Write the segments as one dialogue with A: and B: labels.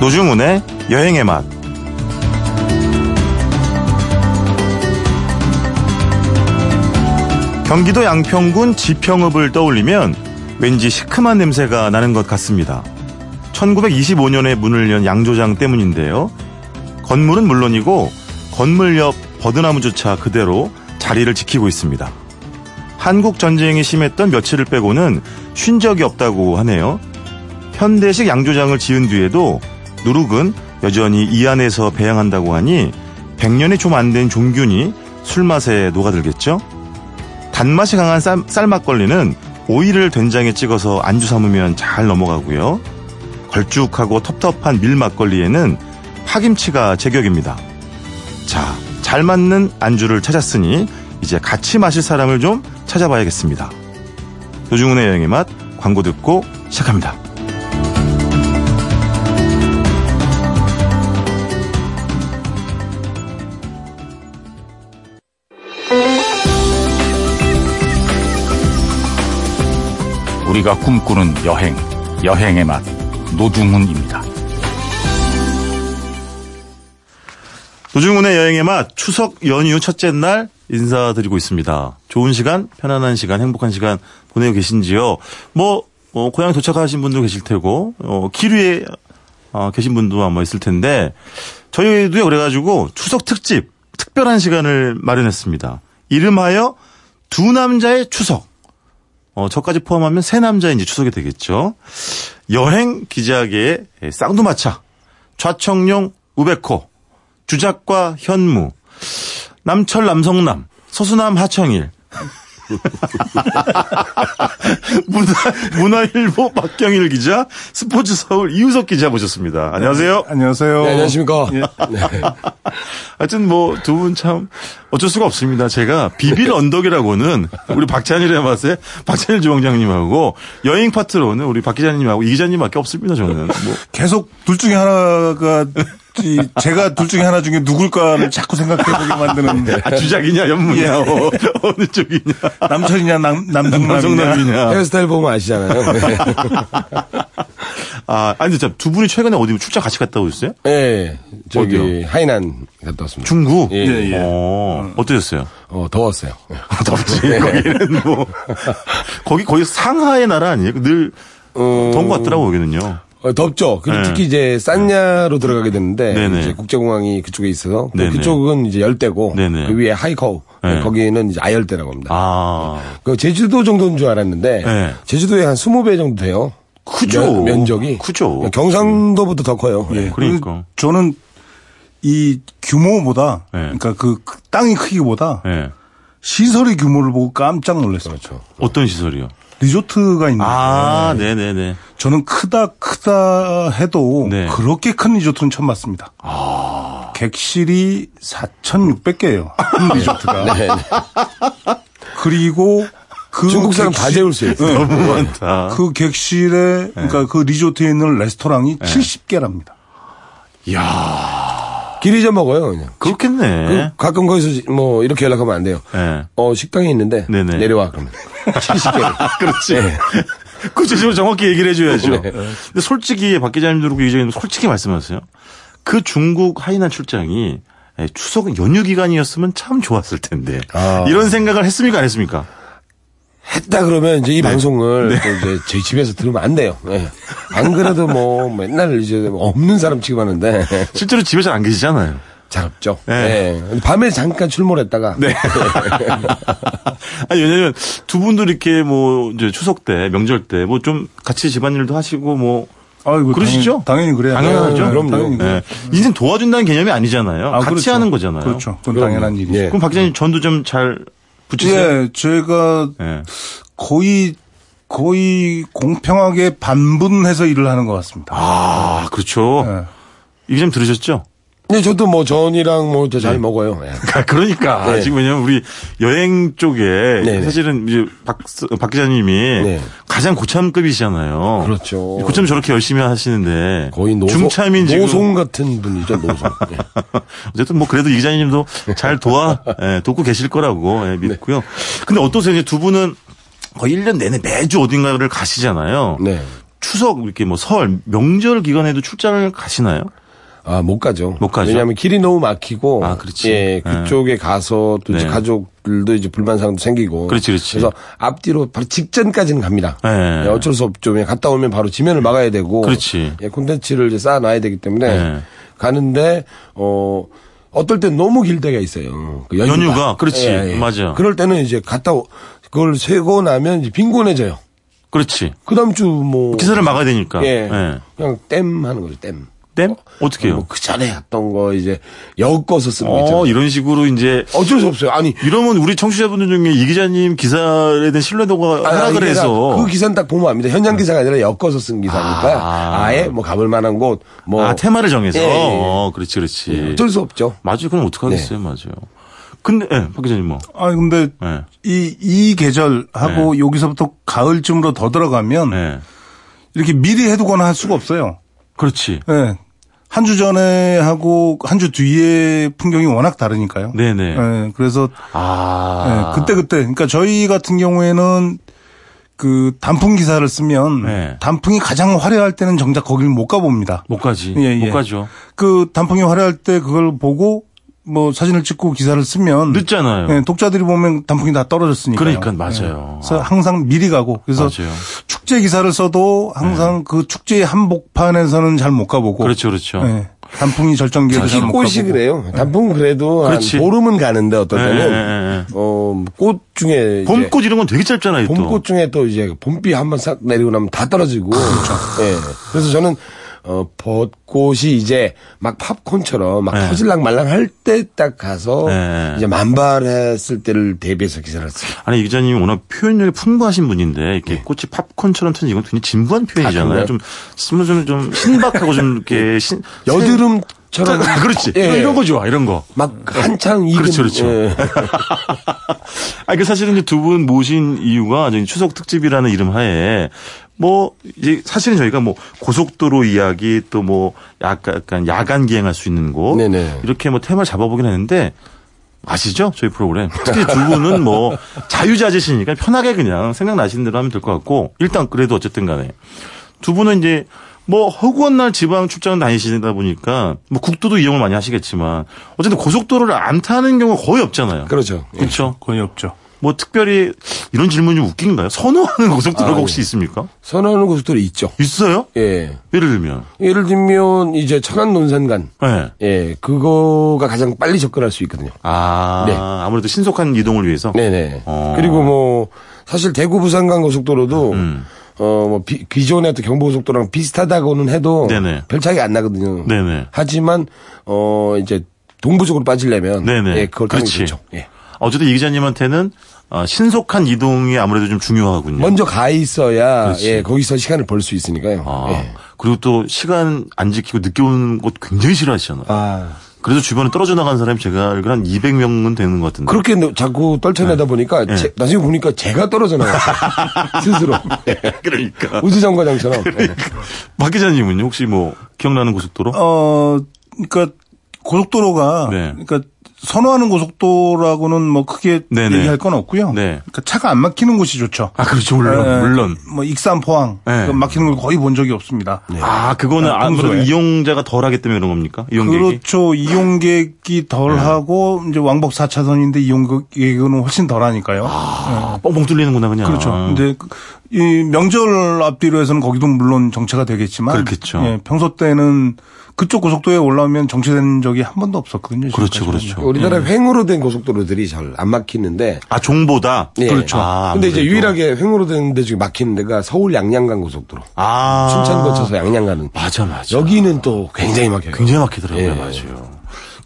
A: 노중훈의 여행의 맛. 경기도 양평군 지평읍을 떠올리면 왠지 시큼한 냄새가 나는 것 같습니다. 1925년에 문을 연 양조장 때문인데요. 건물은 물론이고 건물 옆 버드나무조차 그대로 자리를 지키고 있습니다. 한국 전쟁이 심했던 며칠을 빼고는 쉰 적이 없다고 하네요. 현대식 양조장을 지은 뒤에도 누룩은 여전히 이 안에서 배양한다고 하니 100년이 좀 안 된 종균이 술맛에 녹아들겠죠? 단맛이 강한 쌀, 쌀막걸리는 오이를 된장에 찍어서 안주 삼으면 잘 넘어가고요. 걸쭉하고 텁텁한 밀막걸리에는 파김치가 제격입니다. 자, 잘 맞는 안주를 찾았으니 이제 같이 마실 사람을 좀 찾아봐야겠습니다. 노중훈의 여행의 맛 광고 듣고 시작합니다.
B: 우리가 꿈꾸는 여행, 여행의 맛, 노중훈입니다.
A: 노중훈의 여행의 맛 추석 연휴 첫째 날 인사드리고 있습니다. 좋은 시간, 편안한 시간, 행복한 시간 보내고 계신지요? 뭐 어, 고향 도착하신 분도 계실 테고 어, 길 위에 어, 계신 분도 아마 있을 텐데 저희도요 그래가지고 추석 특집 특별한 시간을 마련했습니다. 이름하여 두 남자의 추석. 어, 저까지 포함하면 세 남자의 이제 추석이 되겠죠. 여행 기자계의 쌍두마차 좌청룡 우백호 주작과 현무, 남철 남성남, 서수남 하청일. 문화, 일보 박경일 기자, 스포츠 서울 이우석 기자 모셨습니다. 안녕하세요.
C: 안녕하세요. 예,
D: 네, 안녕하십니까. 네.
A: 하여튼 뭐 두 분 참 어쩔 수가 없습니다. 제가
D: 네.
A: 비빌 언덕이라고는 우리 박찬일의 맛에 박찬일 주방장님하고 여행 파트로는 우리 박 기자님하고 이 기자님밖에 없습니다. 저는 뭐
C: 계속 둘 중에 하나가 이- 제가 둘 중에 하나 중에 누굴까를 자꾸 생각해보게 만드는
D: 네.
A: 아, 주작이냐
D: 예.
A: 연무냐 어, 어느 쪽이냐
C: 남철이냐 남 남동남이냐.
A: 남성남이냐
D: 헤어스타일 보면 아시잖아요. 아. 네.
A: 아, 아니 진짜 두 분이 최근에 어디 출장 같이 갔다 오셨어요?
D: 네, 저기
A: 어디요?
D: 하이난 갔다 왔습니다.
A: 중국.
D: 예, 예.
A: 어, 어떠셨어요?
D: 어, 더웠어요.
A: 덥지. 거기는 뭐
D: 네.
A: 거기 거의 상하의 나라 아니에요? 늘 더운 것 같더라고 여기는요.
D: 어, 덥죠. 그리고
A: 네.
D: 특히 이제 산야로 들어가게 됐는데
A: 네네.
D: 이제 국제공항이 그쪽에 있어서
A: 네네.
D: 그쪽은 이제 열대고
A: 네네.
D: 그 위에 하이커우
A: 네.
D: 거기는 이제 아열대라고 합니다.
A: 아,
D: 그 제주도 정도인 줄 알았는데
A: 네.
D: 제주도에 한 20배 정도 돼요.
A: 크죠.
D: 면, 면적이 그러니까
A: 크죠.
D: 경상도보다 더 커요.
C: 예.
A: 그러니까.
C: 저는 이 규모보다
A: 네.
C: 그러니까 그 땅의 크기보다
D: 네.
A: 예.
C: 시설의 규모를 보고 깜짝 놀랐어요.
D: 그렇죠.
A: 어떤 시설이요?
C: 리조트가 있는.
A: 아, 네, 네, 네.
C: 저는 크다 크다 해도
A: 네. 아.
C: 그렇게 큰 리조트는 처음 봤습니다. 객실이 4,600개예요. 한 리조트가.
D: 네, 네.
C: 그리고 그
D: 중국 사람 다
C: 객실- 네.
D: 재울 수 있어요.
A: 너무 네. 많다.
C: 그 객실에 그러니까 그 리조트에 있는 레스토랑이
A: 네.
C: 70개랍니다.
D: 길이 잊어먹어요 그냥.
A: 그렇겠네.
D: 그 가끔 거기서 뭐 이렇게 연락하면 안 돼요.
A: 예.
D: 어 식당에 있는데
A: 네네.
D: 내려와 그러면 70개.
A: 그렇지. 구체적으로 그 정확히 얘기를 해줘야죠. 어, 근데 솔직히 박 기자님도 그렇고 이 기자님도 솔직히 말씀하세요. 그 중국 하이난 출장이 예, 추석 연휴 기간이었으면 참 좋았을 텐데
D: 아.
A: 이런 생각을 했습니까 안 했습니까?
D: 했다 그러면 이제 이
A: 네.
D: 방송을 또 이제 저희 집에서 들으면 안 돼요. 예. 안 그래도 뭐 맨날 이제 없는 사람 취급하는데
A: 실제로 집에 잘 안 계시잖아요.
D: 잘 없죠.
A: 네.
D: 예. 밤에 잠깐 출몰했다가
A: 네. 아니 왜냐면 두 분도 이렇게 뭐 이제 추석 때 명절 때 뭐 좀 같이 집안일도 하시고 뭐
C: 아이고,
A: 그러시죠?
C: 당연히, 당연히 그래야
A: 당연하죠.
C: 돼요. 네,
D: 그럼요.
C: 당연히 그래요.
A: 예. 인생 도와준다는 개념이 아니잖아요.
C: 아,
A: 같이
C: 그렇죠.
A: 하는 거잖아요.
C: 그렇죠. 그건 당연한 일이죠.
D: 예.
A: 그럼 박 기자님 전도 좀 잘 붙이세요.
C: 예, 제가
A: 예.
C: 거의 거의 공평하게 반분해서 일을 하는 것 같습니다.
A: 아, 그렇죠.
C: 예.
A: 이 기자님 들으셨죠?
D: 근데 저도 뭐 전이랑 뭐
A: 네.
D: 잘 먹어요. 예.
A: 그러니까.
D: 네.
A: 지금 왜냐면 우리 여행 쪽에
D: 네, 네.
A: 사실은 이제 박, 스- 박 기자님이
D: 네.
A: 가장 고참급이시잖아요.
D: 그렇죠.
A: 고참 저렇게 열심히 하시는데.
D: 거의 노송,
A: 중참인 지금.
D: 노송 같은 분이죠 노송. 예.
A: 어쨌든 뭐 그래도 이 기자님도 잘 도와, 예, 돕고 계실 거라고
D: 네.
A: 예, 믿고요. 근데 어떠세요? 이제 두 분은 거의 1년 내내 매주 어딘가를 가시잖아요.
D: 네.
A: 추석 이렇게 뭐 설, 명절 기간에도 출장을 가시나요?
D: 아, 못 가죠.
A: 못 가죠.
D: 왜냐하면 길이 너무 막히고.
A: 아, 그렇지.
D: 예, 그쪽에 가서 또 이제
A: 네.
D: 가족들도 이제 불만사항도 생기고.
A: 그렇지, 그렇지.
D: 래서 앞뒤로 바로 직전까지는 갑니다.
A: 네.
D: 예, 어쩔 수 없죠. 그냥 갔다 오면 바로 지면을 막아야 되고.
A: 그렇지.
D: 예, 콘텐츠를 이제 쌓아놔야 되기 때문에.
A: 네.
D: 가는데, 어, 어떨 땐 너무 길 때가 있어요. 그
A: 연휴가, 그렇지. 맞아.
D: 그럴 때는 이제 갔다 오, 그걸 세고 나면 이제 빈곤해져요.
A: 그렇지.
D: 그 다음 주 뭐.
A: 기사를 막아야 되니까.
D: 예.
A: 예.
D: 그냥 땜 하는 거죠, 땜.
A: 땜? 어떻게 해요?
D: 뭐그 전에 했던 거 이제 엮어서 그렇죠. 쓰는 거
A: 어,
D: 있잖아요.
A: 이런 식으로 이제
D: 어쩔 수 없어요. 아니,
A: 이러면 우리 청취자분들 중에 이 기자님 기사에 대한 신뢰도가
D: 아니,
A: 하락을
D: 아니,
A: 해서
D: 그 기사는 딱 보면 압니다. 현장 기사가 아니라 엮어서 쓴 기사니까
A: 아.
D: 아. 예뭐 가볼 만한 곳, 뭐
A: 아, 테마를 정해서.
D: 예, 예, 예.
A: 어, 그렇지, 그렇지.
D: 어쩔 수 네. 없죠.
A: 맞아요. 그럼 어떡하겠어요. 맞아요. 근데, 예, 박 기자님 뭐.
C: 아 근데
A: 예.
C: 이, 이 계절하고
A: 네.
C: 여기서부터 가을쯤으로 더 들어가면
A: 예.
C: 이렇게 미리 해두거나 할 수가 없어요.
A: 그렇지.
C: 예. 한 주 전에 하고 한 주 뒤에 풍경이 워낙 다르니까요.
A: 네네.
C: 예, 그래서 예,
A: 아.
C: 그때 그때 그러니까 저희 같은 경우에는 그 단풍 기사를 쓰면
A: 네.
C: 단풍이 가장 화려할 때는 정작 거길 못 가봅니다.
A: 못 가지.
C: 예, 예.
A: 못 가죠.
C: 그 단풍이 화려할 때 그걸 보고 뭐 사진을 찍고 기사를 쓰면
A: 늦잖아요.
D: 네,
C: 예, 독자들이 보면 단풍이 다 떨어졌으니까.
A: 네, 그러니까 맞아요.
C: 그래서 항상 미리 가고 그래서
A: 맞아요. 네.
C: 축제 기사를 써도 항상 그 축제의 한복판에서는 잘 못 가보고.
A: 그렇죠, 그렇죠.
D: 네.
C: 예, 단풍이 절정기에도
D: 특히
C: 잘 못 가보고.
D: 꽃이 그래요. 단풍은 그래도 한
A: 그렇지.
D: 보름은 가는데 어떨
A: 예,
D: 때는
A: 예, 예.
D: 어, 꽃 중에 이제
A: 봄꽃 이런 건 되게 짧잖아요, 또.
D: 봄꽃 중에 또 이제 봄비 한 번 싹 내리고 나면 다 떨어지고.
A: 그렇죠.
D: 예. 그래서 저는 어, 벚꽃이 이제 막 팝콘처럼 막
A: 네.
D: 터질랑 말랑 할 때 딱 가서
A: 네.
D: 이제 만발했을 때를 대비해서 기사를 써요.
A: 아니 이 기자님이 워낙 표현력이 풍부하신 분인데 이렇게 꽃이 팝콘처럼 튀는 이건 굉장히 진부한 표현이잖아요.
D: 네. 그런가요?
A: 좀 스무 좀, 좀 신박하고 좀 이렇게 신
D: 여드름처럼
A: 아, 그렇지.
D: 예.
A: 이런 거 좋아. 이런 거.
D: 막 한창 익은
A: 그렇죠, 그렇죠.
D: 예.
A: 아, 그 사실은 이제 두 분 모신 이유가 저희 추석 특집이라는 이름 하에 뭐 이제 사실은 저희가 뭐 고속도로 이야기 또 뭐 약간, 약간 야간 기행할 수 있는 곳
D: 네네.
A: 이렇게 뭐 테마를 잡아보긴 했는데 아시죠? 저희 프로그램. 특히 두 분은 뭐 자유자재시니까 편하게 그냥 생각나시는 대로 하면 될 것 같고 일단 그래도 어쨌든 간에 두 분은 이제 뭐 허구한 날 지방 출장 다니시다 보니까 뭐 국도도 이용을 많이 하시겠지만 어쨌든 고속도로를 안 타는 경우가 거의 없잖아요.
D: 그렇죠. 예.
A: 그렇죠.
C: 거의 없죠.
A: 뭐 특별히 이런 질문이 웃긴가요? 선호하는 고속도로가 혹시 있습니까?
D: 선호하는 고속도로 있죠.
A: 있어요?
D: 아, 예.
A: 예를 들면,
D: 예를 들면 이제 천안 논산간.
A: 예.
D: 예. 그거가 가장 빨리 접근할 수 있거든요.
A: 아,
D: 네.
A: 아무래도 신속한 이동을 위해서.
D: 네네.
A: 어.
D: 그리고 뭐 사실 대구 부산간 고속도로도
A: 음.
D: 어뭐 기존의 또 경부고속도로랑 비슷하다고는 해도
A: 네네.
D: 별 차이가 안 나거든요.
A: 네네.
D: 하지만 어 이제 동부 쪽으로 빠지려면
A: 네네.
D: 예 그걸 타는 게
A: 그렇지. 아,
D: 좋죠. 예.
A: 어쨌든 이 기자님한테는 아, 신속한 이동이 아무래도 좀 중요하군요.
D: 먼저 가 있어야
A: 그렇지.
D: 예 거기서 시간을 벌 수 있으니까요.
A: 아,
D: 예.
A: 그리고 또 시간 안 지키고 늦게 오는 것 굉장히 싫어하시잖아요.
D: 아.
A: 그래서 주변에 떨어져 나간 사람이 제가 알기로 한 200명은 되는 것 같은데.
D: 그렇게 노- 자꾸
A: 네.
D: 떨쳐내다 보니까 제- 나중에 보니까 제가 떨어져 나갔어요. 스스로 예.
A: 그러니까.
D: 우주정거장처럼 예.
A: 박 기자님은요, 혹시 뭐, 기억나는 고속도로?
C: 어, 그러니까 고속도로가
A: 네.
C: 그러니까 선호하는 고속도로라고는 뭐 크게
A: 네네.
C: 얘기할 건 없고요.
A: 네.
C: 그러니까 차가 안 막히는 곳이 좋죠.
A: 아, 그렇죠. 물론,
C: 예,
A: 물론.
C: 뭐 익산, 포항
A: 네.
C: 그 막히는 걸 거의 본 적이 없습니다.
A: 아, 그거는
C: 아,
A: 아무래도
C: 평소에.
A: 이용자가 덜 하기 때문에 그런 겁니까? 이용객이? 네.
C: 그렇죠. 이용객이 덜하고 이제 왕복 4차선인데 이용객은 훨씬 덜하니까요.
A: 아, 뻥뻥 뚫리는구나, 그냥.
C: 그렇죠. 근데 그- 이 명절 앞뒤로 해서는 거기도 물론 정체가 되겠지만
A: 그렇겠죠.
C: 예, 평소 때는 그쪽 고속도로에 올라오면 정체된 적이 한 번도 없었거든요.
A: 그렇죠,
C: 지금까지는.
A: 그렇죠.
D: 우리나라 횡으로 된 고속도로들이 잘 안 막히는데
A: 아, 종보다?
D: 예.
A: 아,
D: 근데 이제
A: 아무래도.
D: 유일하게 횡으로 되는 데 중에 막히는 데가 서울 양양간 고속도로.
A: 아.
D: 춘천 거쳐서 양양 가는.
A: 맞아, 맞아.
D: 여기는 또 굉장히 막혀요.
A: 굉장히 막히더라고요,
D: 예.
A: 맞아요.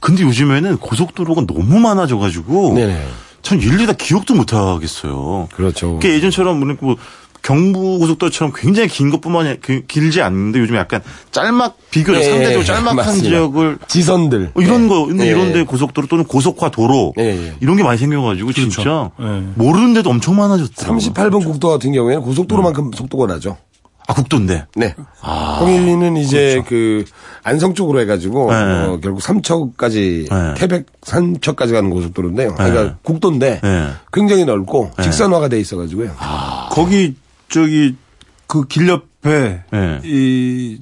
A: 근데 요즘에는 고속도로가 너무 많아져가지고.
D: 네네.
A: 전 일일이 다 기억도 못 하겠어요.
D: 그렇죠.
A: 그게 예전처럼 뭐냐, 뭐 경부 고속도로처럼 굉장히 긴 것뿐만이 아니라 그- 길지 않는데 요즘 약간 짤막 비교적
D: 예,
A: 그 상대적으로
D: 예,
A: 짤막한
D: 맞습니다.
A: 지역을
D: 지선들.
A: 어, 이런 거, 근데
D: 예.
A: 이런데 고속도로 또는 고속화 도로
D: 예, 예.
A: 이런 게 많이 생겨가지고
D: 그렇죠.
A: 진짜
D: 네.
C: 예.
A: 모르는데도 엄청 많아졌더라고요.
D: 38번 국도 같은 경우에는 고속도로만큼
A: 음.
D: 속도가 나죠.
A: 아 국도인데.
D: 네. 012는 이제 그 안성 쪽으로 해가지고
A: 아, 그렇죠. 네.
D: 어, 결국 삼척까지
A: 네.
D: 태백 삼척까지 가는 고속도로인데요. 아, 그러니까 국도인데
A: 네. 아.
D: 굉장히 넓고 직선화가 돼 있어가지고요.
C: 거기 저기 그 길 옆 배,
A: 네.
C: 이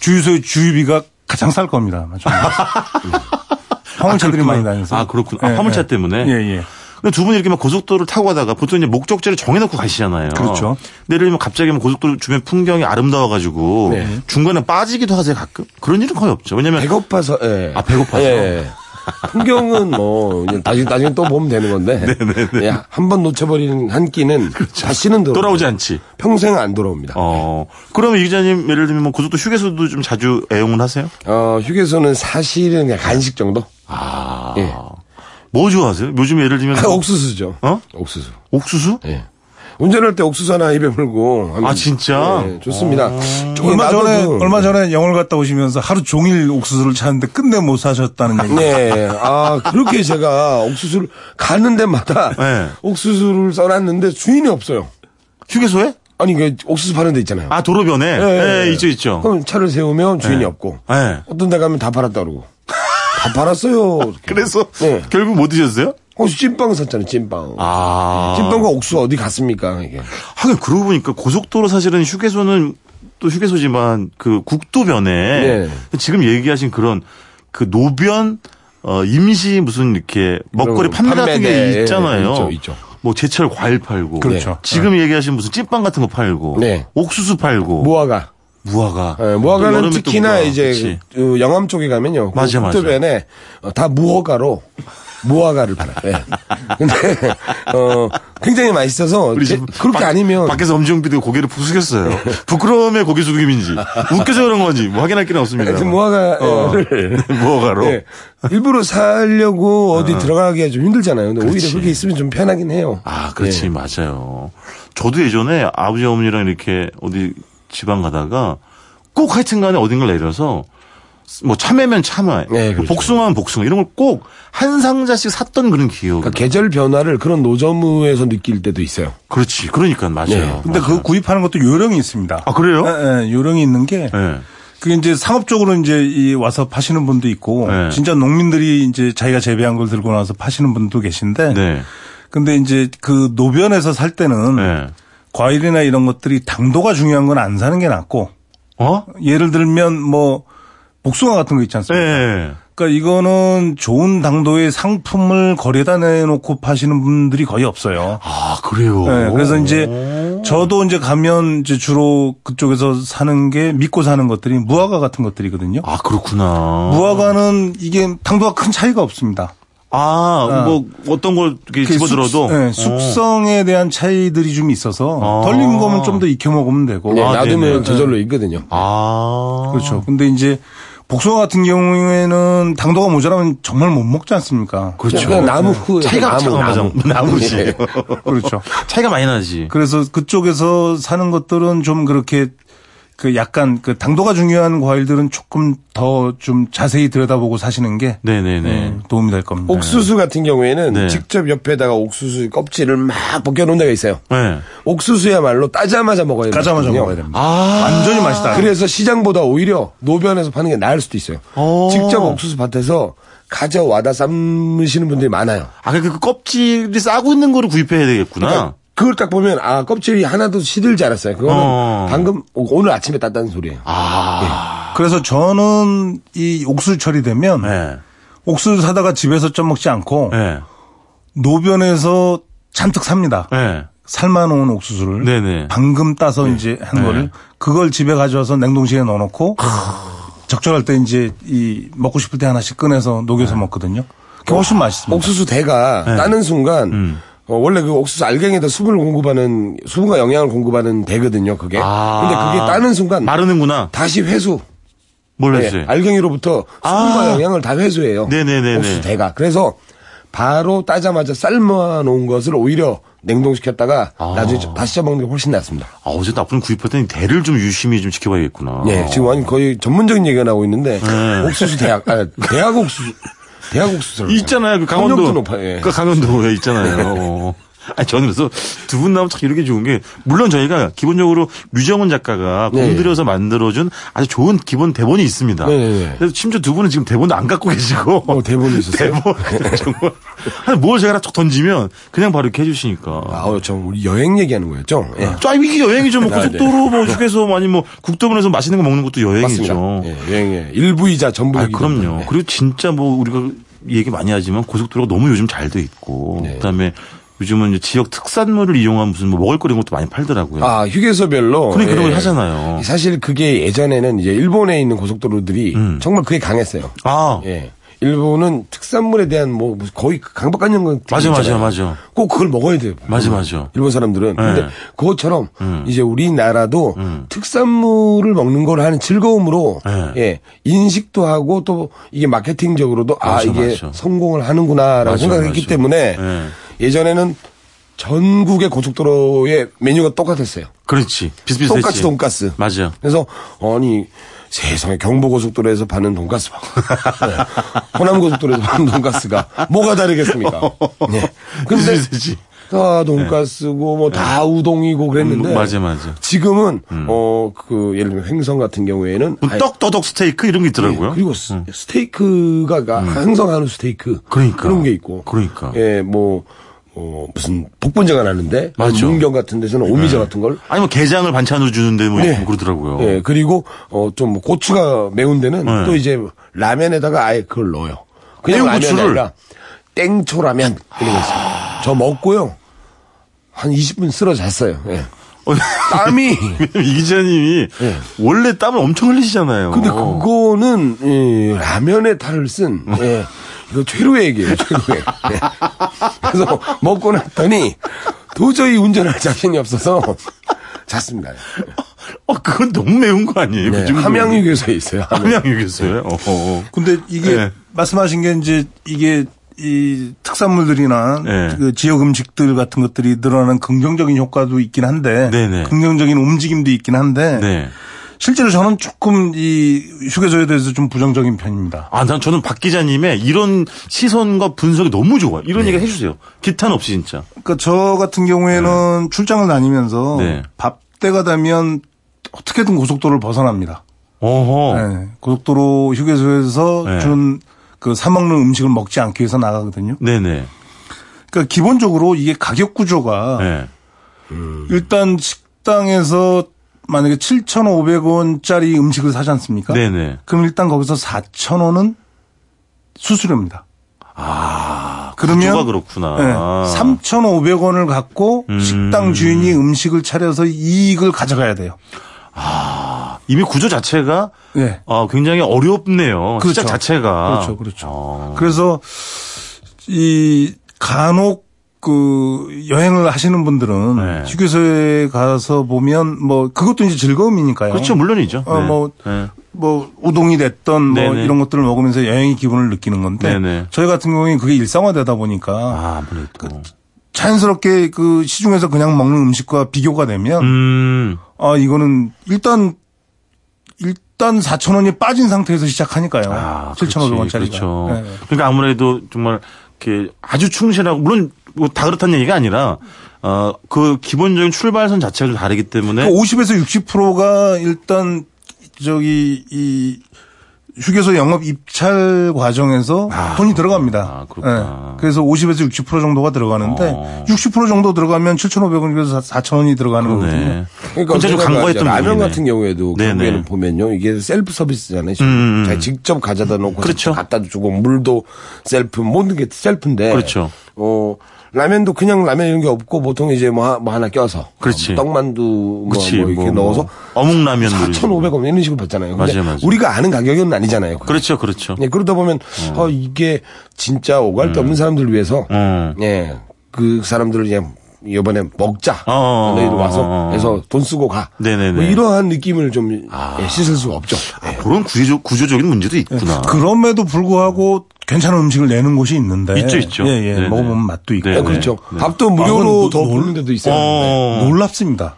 C: 주유소의 주유비가 가장 쌀 겁니다. 맞죠? 화물차들이
A: 그렇구나.
C: 많이 다녀서.
A: 아, 그렇구나. 아, 화물차 때문에?
C: 예, 예.
A: 근데 두 분이 이렇게 막 고속도로를 타고 가다가 보통 이제 목적지를 정해놓고 가시잖아요.
C: 그렇죠.
A: 근데 예를 들면 갑자기 뭐 고속도로 주변 풍경이 아름다워가지고
D: 네.
A: 중간에 빠지기도 하세요 가끔. 그런 일은 거의 없죠. 왜냐면
D: 배고파서, 예.
A: 아, 배고파서?
D: 예. 풍경은 뭐, 그냥 나중에, 나중에 또 보면 되는 건데. 네네네. 한번 놓쳐버리는 한 끼는 다시는 돌아오지
A: 돌아오지 않지.
D: 평생 안 돌아옵니다.
A: 어.
D: 어.
A: 그러면 이 기자님 예를 들면 뭐 고속도로 휴게소도 좀 자주 애용을 하세요?
D: 어, 휴게소는 사실은 그냥 간식 정도?
A: 아.
D: 예.
A: 뭐 좋아하세요? 요즘 예를 들면
D: 아, 옥수수죠.
A: 어?
D: 옥수수.
A: 옥수수?
D: 예. 운전할 때 옥수수 하나 입에 물고. 하면-
A: 아, 진짜?
D: 예, 좋습니다.
C: 얼마
D: 나도
C: 전에
D: 그-
C: 얼마 전에 영월 갔다 오시면서 하루 종일 옥수수를 찾는데 끝내 못 사셨다는 얘기.
D: 네. 아, 그렇게 제가 옥수수를 가는 데마다
A: 네.
D: 옥수수를 써놨는데 주인이 없어요.
A: 휴게소에?
D: 아니, 그 옥수수 파는 데 있잖아요.
A: 아, 도로변에? 예,
D: 예.
A: 있죠, 있죠.
D: 그럼 차를 세우면 주인이 없고
A: 예.
D: 어떤 데 가면 다 팔았다 그러고 다 팔았어요.
A: 그래서
D: 네.
A: 결국 못 드셨어요?
D: 혹시 찐빵 샀잖아요. 찐빵.
A: 아.
D: 찐빵과 옥수 어디 갔습니까? 이게.
A: 하긴 그러고 보니까 고속도로 사실은 휴게소는 또 휴게소지만 그
D: 네.
A: 국도변에 지금 얘기하신 그런 그 노변 어 임시 무슨 이렇게 먹거리
D: 그런
A: 판매 같은
D: 판매대.
A: 게 있잖아요.
D: 예, 있죠, 있죠.
A: 뭐 제철 과일 팔고 네.
C: 그렇죠.
A: 지금 얘기하신 무슨 찐빵 같은 거 팔고
D: 네.
A: 옥수수 팔고
D: 모아가.
A: 무화과
D: 예,
A: 또
D: 무화과는
A: 여름에 또
D: 특히나
A: 무화과.
D: 이제
A: 그치.
D: 그 영암 쪽에 가면요. 그
A: 맞아, 맞아.
D: 국도변에 어, 다 무화과로 무화과를 팔아요. 예. 근데 어, 굉장히 맛있어서
A: 우리
D: 제-
A: 지금
D: 그렇게
A: 밖-
D: 아니면
A: 밖에서 엄지웅 PD 가 고개를 푹 숙였어요. 부끄러움에 고개 숙임인지 웃겨서 그런 건지 뭐 확인할 길은 없습니다. 어.
D: 하여튼 무화과를
A: 무화과로
D: 예. 일부러 살려고 어디 들어가기가 좀 힘들잖아요. 근데 오히려 그렇게 있으면 좀 편하긴 해요.
A: 아,
D: 네.
A: 그렇지, 맞아요. 저도 예전에 아버지 어머니랑 이렇게 어디 지방 가다가 꼭 하여튼 간에 어딘가 내려서 뭐 참외면 참외,
D: 네,
A: 뭐
D: 그렇죠.
A: 복숭아면 복숭아 이런 걸 꼭 한 상자씩 샀던 그런 기억.
D: 그러니까 계절 변화를 그런 노점에서 느낄 때도 있어요.
A: 그렇지, 그러니까 맞아요.
D: 네.
C: 근데
A: 맞아요.
C: 그 구입하는 것도 요령이 있습니다.
A: 아, 그래요?
C: 예, 예, 요령이 있는 게
A: 예.
C: 그게 이제 상업적으로 이제 이 와서 파시는 분도 있고
A: 네.
C: 진짜 농민들이 이제 자기가 재배한 걸 들고 나와서 파시는 분도 계신데
A: 네.
C: 근데 이제 그 노변에서 살 때는
A: 네.
C: 과일이나 이런 것들이 당도가 중요한 건 안 사는 게 낫고
A: 어?
C: 예를 들면 뭐 복숭아 같은 거 있지
A: 예.
C: 않습니까? 그러니까 이거는 좋은 당도의 상품을 거래다 내놓고 파시는 분들이 거의 없어요.
A: 아, 그래요.
C: 네, 그래서 이제 저도 이제 가면 이제 주로 그쪽에서 사는 게 믿고 사는 것들이 무화과 같은 것들이거든요.
A: 아, 그렇구나.
C: 무화과는 이게 당도가 큰 차이가 없습니다.
A: 아, 뭐 어떤 걸 이렇게
C: 그
A: 집어들어도
C: 숙, 네,
A: 어.
C: 숙성에 대한 차이들이 좀 있어서
A: 아.
C: 덜 익은 거면 좀 더 익혀 먹으면 되고
D: 네,
A: 아,
D: 놔두면
A: 네네.
D: 저절로 있거든요.
A: 어. 아.
C: 그렇죠. 근데 이제 복숭아 같은 경우에는 당도가 모자라면 정말 못 먹지 않습니까?
A: 그렇죠.
D: 그냥 그러니까 나무 후에
A: 차이가
D: 나무,
A: 차이가
D: 나무.
A: 맞아. 나무지. 네.
D: 예.
C: 그렇죠.
A: 차이가 많이 나지.
C: 그래서 그쪽에서 사는 것들은 좀 그렇게 그 약간 그 당도가 중요한 과일들은 조금 더 좀 자세히 들여다보고 사시는 게
A: 네네네.
C: 음, 도움이 될 겁니다.
D: 옥수수 같은 경우에는
A: 네.
D: 직접 옆에다가 옥수수 껍질을 막 벗겨놓은 데가 있어요.
A: 네.
D: 옥수수야말로 따자마자 먹어야 돼요.
C: 까자마자 먹어야 됩니다.
A: 아.
C: 완전히 맛있다.
D: 그래서 시장보다 오히려 노변에서 파는 게 나을 수도 있어요.
A: 오.
D: 직접 옥수수 밭에서 가져와다 삶으시는 분들이 많아요.
A: 아, 그러니까 그 껍질이 싸고 있는 거를 구입해야 되겠구나.
D: 그러니까 그걸 딱 보면 아 껍질이 하나도 시들지 않았어요. 그거는
A: 어.
D: 방금 오- 오늘 아침에 땄다는 소리예요.
A: 아.
C: 그래서 저는 이 옥수수철이 되면
A: 네.
C: 옥수수 사다가 집에서 쪄먹지 않고
A: 네.
C: 노변에서 잔뜩 삽니다.
A: 네.
C: 삶아놓은 옥수수를
A: 네네.
C: 방금 따서 이제 한
A: 네.
C: 거를 그걸 집에 가져와서 냉동실에 넣어놓고 적절할 때 이제 이 먹고 싶을 때 하나씩 꺼내서
A: 네.
C: 녹여서 먹거든요. 그게 훨씬
A: 음.
C: 맛있습니다.
D: 옥수수 대가 따는 순간 어, 원래 그 옥수수 알갱이에다 수분을 공급하는 수분과 영양을 공급하는 대거든요. 그게.
A: 아.
D: 근데 그게 따는 순간
A: 마르는구나.
D: 다시 회수.
A: 뭘
D: 네,
A: 했어요?
D: 알갱이로부터 수분과 영양을 다 회수해요.
A: 아. 네네네네.
D: 옥수수 대가. 그래서 바로 따자마자 삶아 놓은 것을 오히려 냉동시켰다가 나중에 저- 다시 쪄먹는 게 훨씬 낫습니다.
A: 아, 어제 나쁜 구입할 때는 대를 좀 유심히 좀 지켜봐야겠구나.
D: 예, 지금 완전 거의 전문적인 얘기가 나오고 있는데
A: 네.
D: 옥수수 대학, 아, 대학 옥수수, 대학 옥수수.
A: 있잖아요. 그 강원도.
D: 높아, 예.
A: 그 강원도에 있잖아요. 어. 아니, 저는 그래서 두 분 나오면 참 이렇게 좋은 게 물론 저희가 기본적으로 류정훈 작가가
D: 네.
A: 공들여서 만들어준 아주 좋은 기본 대본이 있습니다.
D: 네, 네, 네.
A: 그래서 심지어 두 분은 지금 대본도 안 갖고 계시고
D: 어, 대본이 있었어요? 네.
A: 대본 정말 아니, 뭘 제가 하나 툭 던지면 그냥 바로 이렇게 해주시니까.
D: 아우, 참, 우리 여행 얘기하는 거였죠? 예.
A: 아, 이게 여행이죠. 뭐
D: 아, 네.
A: 고속도로 뭐 휴게소 많이 뭐 국도문에서 맛있는 거 먹는 것도
D: 맞습니다.
A: 여행이죠.
D: 예, 여행의 일부이자
A: 아,
D: 전부이기 때문에.
A: 그럼요. 그리고 진짜 뭐 우리가 얘기 많이 하지만 고속도로가 너무 요즘 잘 돼 있고
D: 네.
A: 그다음에 요즘은 이제 지역 특산물을 이용한 무슨 뭐 먹을거리 것도 많이 팔더라고요.
D: 아, 휴게소별로. 예.
A: 그러니 그런 걸 하잖아요.
D: 사실 그게 예전에는 이제 일본에 있는 고속도로들이
A: 음.
D: 정말 그게 강했어요.
A: 아,
D: 예. 일본은 특산물에 대한 뭐 무슨 거의 강박관념 같은 게
A: 맞아, 맞아,
D: 있잖아요.
A: 맞아.
D: 꼭 그걸 먹어야 돼요.
A: 맞아, 맞아. 예. 음.
D: 일본 사람들은. 근데 그것처럼 이제 우리나라도 특산물을 먹는 걸 하는 즐거움으로
A: 네.
D: 예, 인식도 하고 또 이게 마케팅적으로도 아
A: 맞아,
D: 이게
A: 맞아.
D: 성공을 하는구나라고
A: 맞아,
D: 생각했기
A: 맞아.
D: 때문에
A: 네.
D: 예전에는 전국의 고속도로의 메뉴가 똑같았어요.
A: 그렇지. 비슷비슷했지.
D: 똑같이 돈가스.
A: 맞아.
D: 그래서 아니 세상에 경부고속도로에서 파는 돈가스와 네. 호남고속도로에서 파는 돈가스가 뭐가 다르겠습니까? 네. 근데
A: 비슷비슷했지. 네.
D: 다 돈가스고 뭐 다 우동이고 그랬는데
A: 음, 맞아, 음. 맞아.
D: 지금은 어 그 예를 들면 횡성 같은 경우에는
A: 뭐
D: 아예-
A: 떡, 떠덕, 스테이크 이런 게 있더라고요.
D: 네,
A: 음.
D: 그리고 스- 스테이크가 그러니까 횡성 한우 스테이크
A: 그러니까.
D: 런게 있고
A: 그러니까.
D: 예뭐 어, 무슨 복분자가 나는데
A: 맞죠.
D: 문경 같은 데서는 오미자 같은 걸
A: 아니 뭐 게장을 반찬으로 주는데 뭐
D: 네.
A: 그러더라고요. 네.
D: 예, 그리고 어 좀 고추가 매운 데는 또 이제 라면에다가 아예 그걸 넣어요. 그냥
A: 매운
D: 라면이
A: 고추를? 아.
D: 아니라 땡초 라면 이런 거 있어요. 저 먹고요. 한 20분 쓸어 잤어요. 예.
A: 어,
D: 땀이
A: 왜냐면 이 기자님이 원래 땀을 엄청 흘리시잖아요.
D: 네. 근데 그거는 예, 라면에 탈을 쓴 예. 이거 최루의 얘기예요. 최루의. 예. 그래서 먹고 났더니 도저히 운전할 자신이 없어서 잤습니다.
A: 어, 그건 너무 매운 거 아니에요?
D: 네,
A: 그 정도면.
D: 함양유교소에 있어요. 함양.
A: 함양유겠어요? 어.
C: 근데 이게
A: 예.
C: 말씀하신 게 이제 이게 이 특산물들이나
A: 예.
C: 그 지역 음식들 같은 것들이 늘어나는 긍정적인 효과도 있긴 한데
A: 네네.
C: 긍정적인 움직임도 있긴 한데
A: 네.
C: 실제로 저는 조금 이 휴게소에 대해서 좀 부정적인 편입니다.
A: 아, 난 저는 박 기자님의 이런 시선과 분석이 너무 좋아요.
C: 네.
A: 이런 얘기 해주세요. 기탄 없이 진짜.
C: 그러니까 저 같은 경우에는 출장을 다니면서
A: 네.
C: 밥 때가 되면 어떻게든 고속도로를 벗어납니다.
A: 어허.
C: 네. 고속도로 휴게소에서
A: 네.
C: 준 그 사먹는 음식을 먹지 않기 위해서 나가거든요.
A: 네네.
C: 그러니까 기본적으로 이게 가격 구조가
A: 네.
C: 일단 식당에서 만약에 7,500원짜리 음식을 사지 않습니까?
A: 네네.
C: 그럼 일단 거기서 4,000원은 수수료입니다. 아,
A: 구조가
C: 그러면
A: 그렇구나.
C: 네, 3,500원을 갖고
A: 음.
C: 식당 주인이 음식을 차려서 이익을 가져가야 돼요.
A: 이미 구조 자체가
C: 네.
A: 아, 굉장히 어렵네요.
C: 그렇죠.
A: 시작 자체가.
C: 그렇죠, 그렇죠.
A: 어.
C: 그래서 이 간혹 그 여행을 하시는 분들은
A: 네.
C: 휴게소에 가서 보면 뭐 그것도 이제 즐거움이니까요.
A: 그렇죠, 물론이죠.
C: 어, 뭐,
A: 네.
C: 뭐, 우동이 됐던 뭐
A: 네네.
C: 이런 것들을 먹으면서 여행의 기분을 느끼는 건데
A: 네네.
C: 저희 같은 경우에는 그게 일상화되다 보니까
A: 아, 아무래도.
C: 자연스럽게 그 시중에서 그냥 먹는 음식과 비교가 되면
A: 음.
C: 아, 이거는 일단 일단 4천 원이 빠진 상태에서 시작하니까요.
A: 아,
C: 네. 7,500원짜리가. 네.
A: 그렇죠. 그러니까 아무래도 정말 이렇게 아주 충실하고 물론 뭐 다 그렇다는 얘기가 아니라 어 그 기본적인 출발선 자체가 좀 다르기 때문에
C: 50에서 60%가 그 일단 저기 이 휴게소 영업 입찰 과정에서 돈이 들어갑니다. 네.
A: 아, 그렇구나.
C: 그래서 50에서 60% 정도가 들어가는데
A: 어.
C: 60% 정도 들어가면 7,500원에서 4,000원이 들어가는 거거든요.
A: 네. 진짜 좀
D: 그러니까 어쩌다가
A: 강과했던
D: 이제 라면
A: 분이네.
D: 같은 경우에도
A: 네네.
D: 결국에는 보면요 이게 셀프 서비스잖아요.
A: 음, 음.
D: 자기 직접 가져다 놓고
A: 그렇죠.
D: 직접 갖다 주고 물도 셀프 모든 게 셀프인데
A: 그렇죠.
D: 어 라면도 그냥 라면 이런 게 없고 보통 이제 뭐, 하- 뭐 하나 껴서
A: 그렇지.
D: 어, 떡만두 뭐,
A: 그렇지.
D: 뭐 이렇게 넣어서
A: 어묵라면
D: 4,500원 이런 식으로 받잖아요. 근데
A: 맞아요, 맞아요.
D: 우리가 아는 가격은 아니잖아요. 그게.
A: 그렇죠, 그렇죠.
D: 예, 그러다 보면 어, 이게 진짜 오갈 데 없는 사람들 을 위해서
A: 음.
D: 예, 그 사람들을 이제 이번에 먹자.
A: 어,
D: 너희들 와서
A: 어, 어.
D: 해서 돈 쓰고 가.
A: 네네네. 아.
D: 뭐 이러한 느낌을 좀 예, 씻을 수가 없죠. 예.
A: 그런 구조 구조적인 문제도
D: 네,
A: 있구나.
C: 그럼에도 불구하고 괜찮은 음식을 내는 곳이 있는데
A: 있죠, 있죠.
C: 예, 예.
A: 네네.
C: 먹어보면 맛도 있고
A: 네,
D: 어, 그렇죠.
A: 네.
D: 밥도
C: 아, 그건
D: 무료로 더
C: 놀-
D: 먹는 데도 있어요. 네.
A: 어.
C: 놀랍습니다.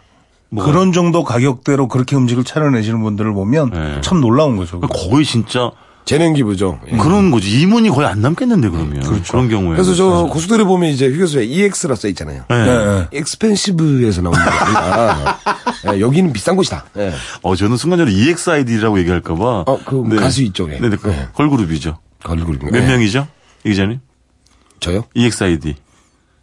C: 그런 정도 가격대로 그렇게 음식을 차려내시는 분들을 보면
A: 네.
C: 참 놀라운 거죠.
A: 거의 진짜
D: 재능 기부죠. 예.
A: 그런 거지. 이문이 거의 안 남겠는데 그러면. 그런 경우에.
D: 그렇죠. 그래서 저 네. 고속도로에 보면 이제 휴게소에 EX라 써 있잖아요.
A: 예.
D: 엑스펜시브에서 나온 거 아니야. 예, 여기는 비싼 곳이다. 예.
A: 어 저는 순간적으로 EXID라고 얘기할까봐.
D: 어, 그 가수 네. 있죠, 예.
A: 네, 네, 그
D: 예.
A: 걸그룹이죠.
D: 걸그룹.
A: 몇 명이죠, 이 기자님?
D: 예.
A: E
D: 저요?
A: EXID.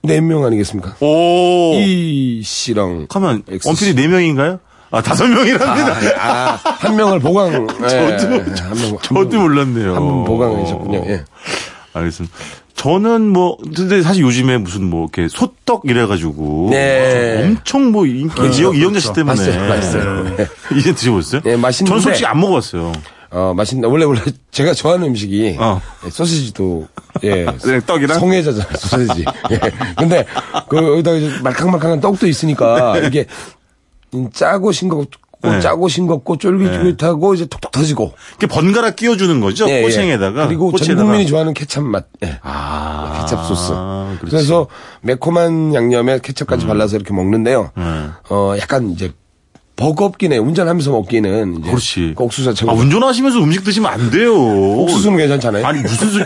D: 네 명
A: 어.
D: 아니겠습니까?
A: 오.
D: 이 씨랑
A: 하면
D: X
A: 원필이 네 명인가요? 아 다섯 명이랍니다.
D: 아, 예, 한 명을 보강.
A: 저도- 저도 몰랐네요.
D: 한분 보강하셨군요. 예.
A: 알겠습니다. 저는 뭐 근데 사실 요즘에 무슨 뭐 이렇게 소떡 이래가지고
D: 네. 그렇죠,
A: 엄청 뭐 인기 지역 이영자 씨 때문에 예.
D: 봤어요, 봤어요.
A: 이제 드셔보셨어요?
D: 네, 맛있는데.
A: 저는 솔직히 안 먹어봤어요.
D: 어, 맛있다. 원래 원래 제가 좋아하는 음식이
A: 어.
D: 예, 소시지도 예.
A: 네, 떡이랑?
D: 성애자잖아, 소시지. 예. 근데 그 여기다가 이제 말캉말캉한 떡도 있으니까 이게 음, 짜고 싱겁고
A: 네.
D: 짜고 싱겁고 쫄깃쫄깃하고 이제 톡톡 터지고.
A: 이렇게 번갈아 끼워주는 거죠.
D: 예, 예.
A: 꼬챙에다가
D: 그리고 전
A: 꼬치에다가.
D: 국민이 좋아하는 케찹 맛. 예.
A: 아,
D: 케찹 소스.
A: 그렇지. 음.
D: 그래서 매콤한 양념에 케첩까지 발라서 이렇게 먹는데요.
A: 네.
D: 어, 약간 이제 버겁긴 해. 운전하면서 먹기는. 이제
A: 그렇지.
D: 그 옥수수처럼.
A: 아, 운전하시면서 음식 드시면 안 돼요.
D: 옥수수는 괜찮잖아요.
A: 아니 무슨 소...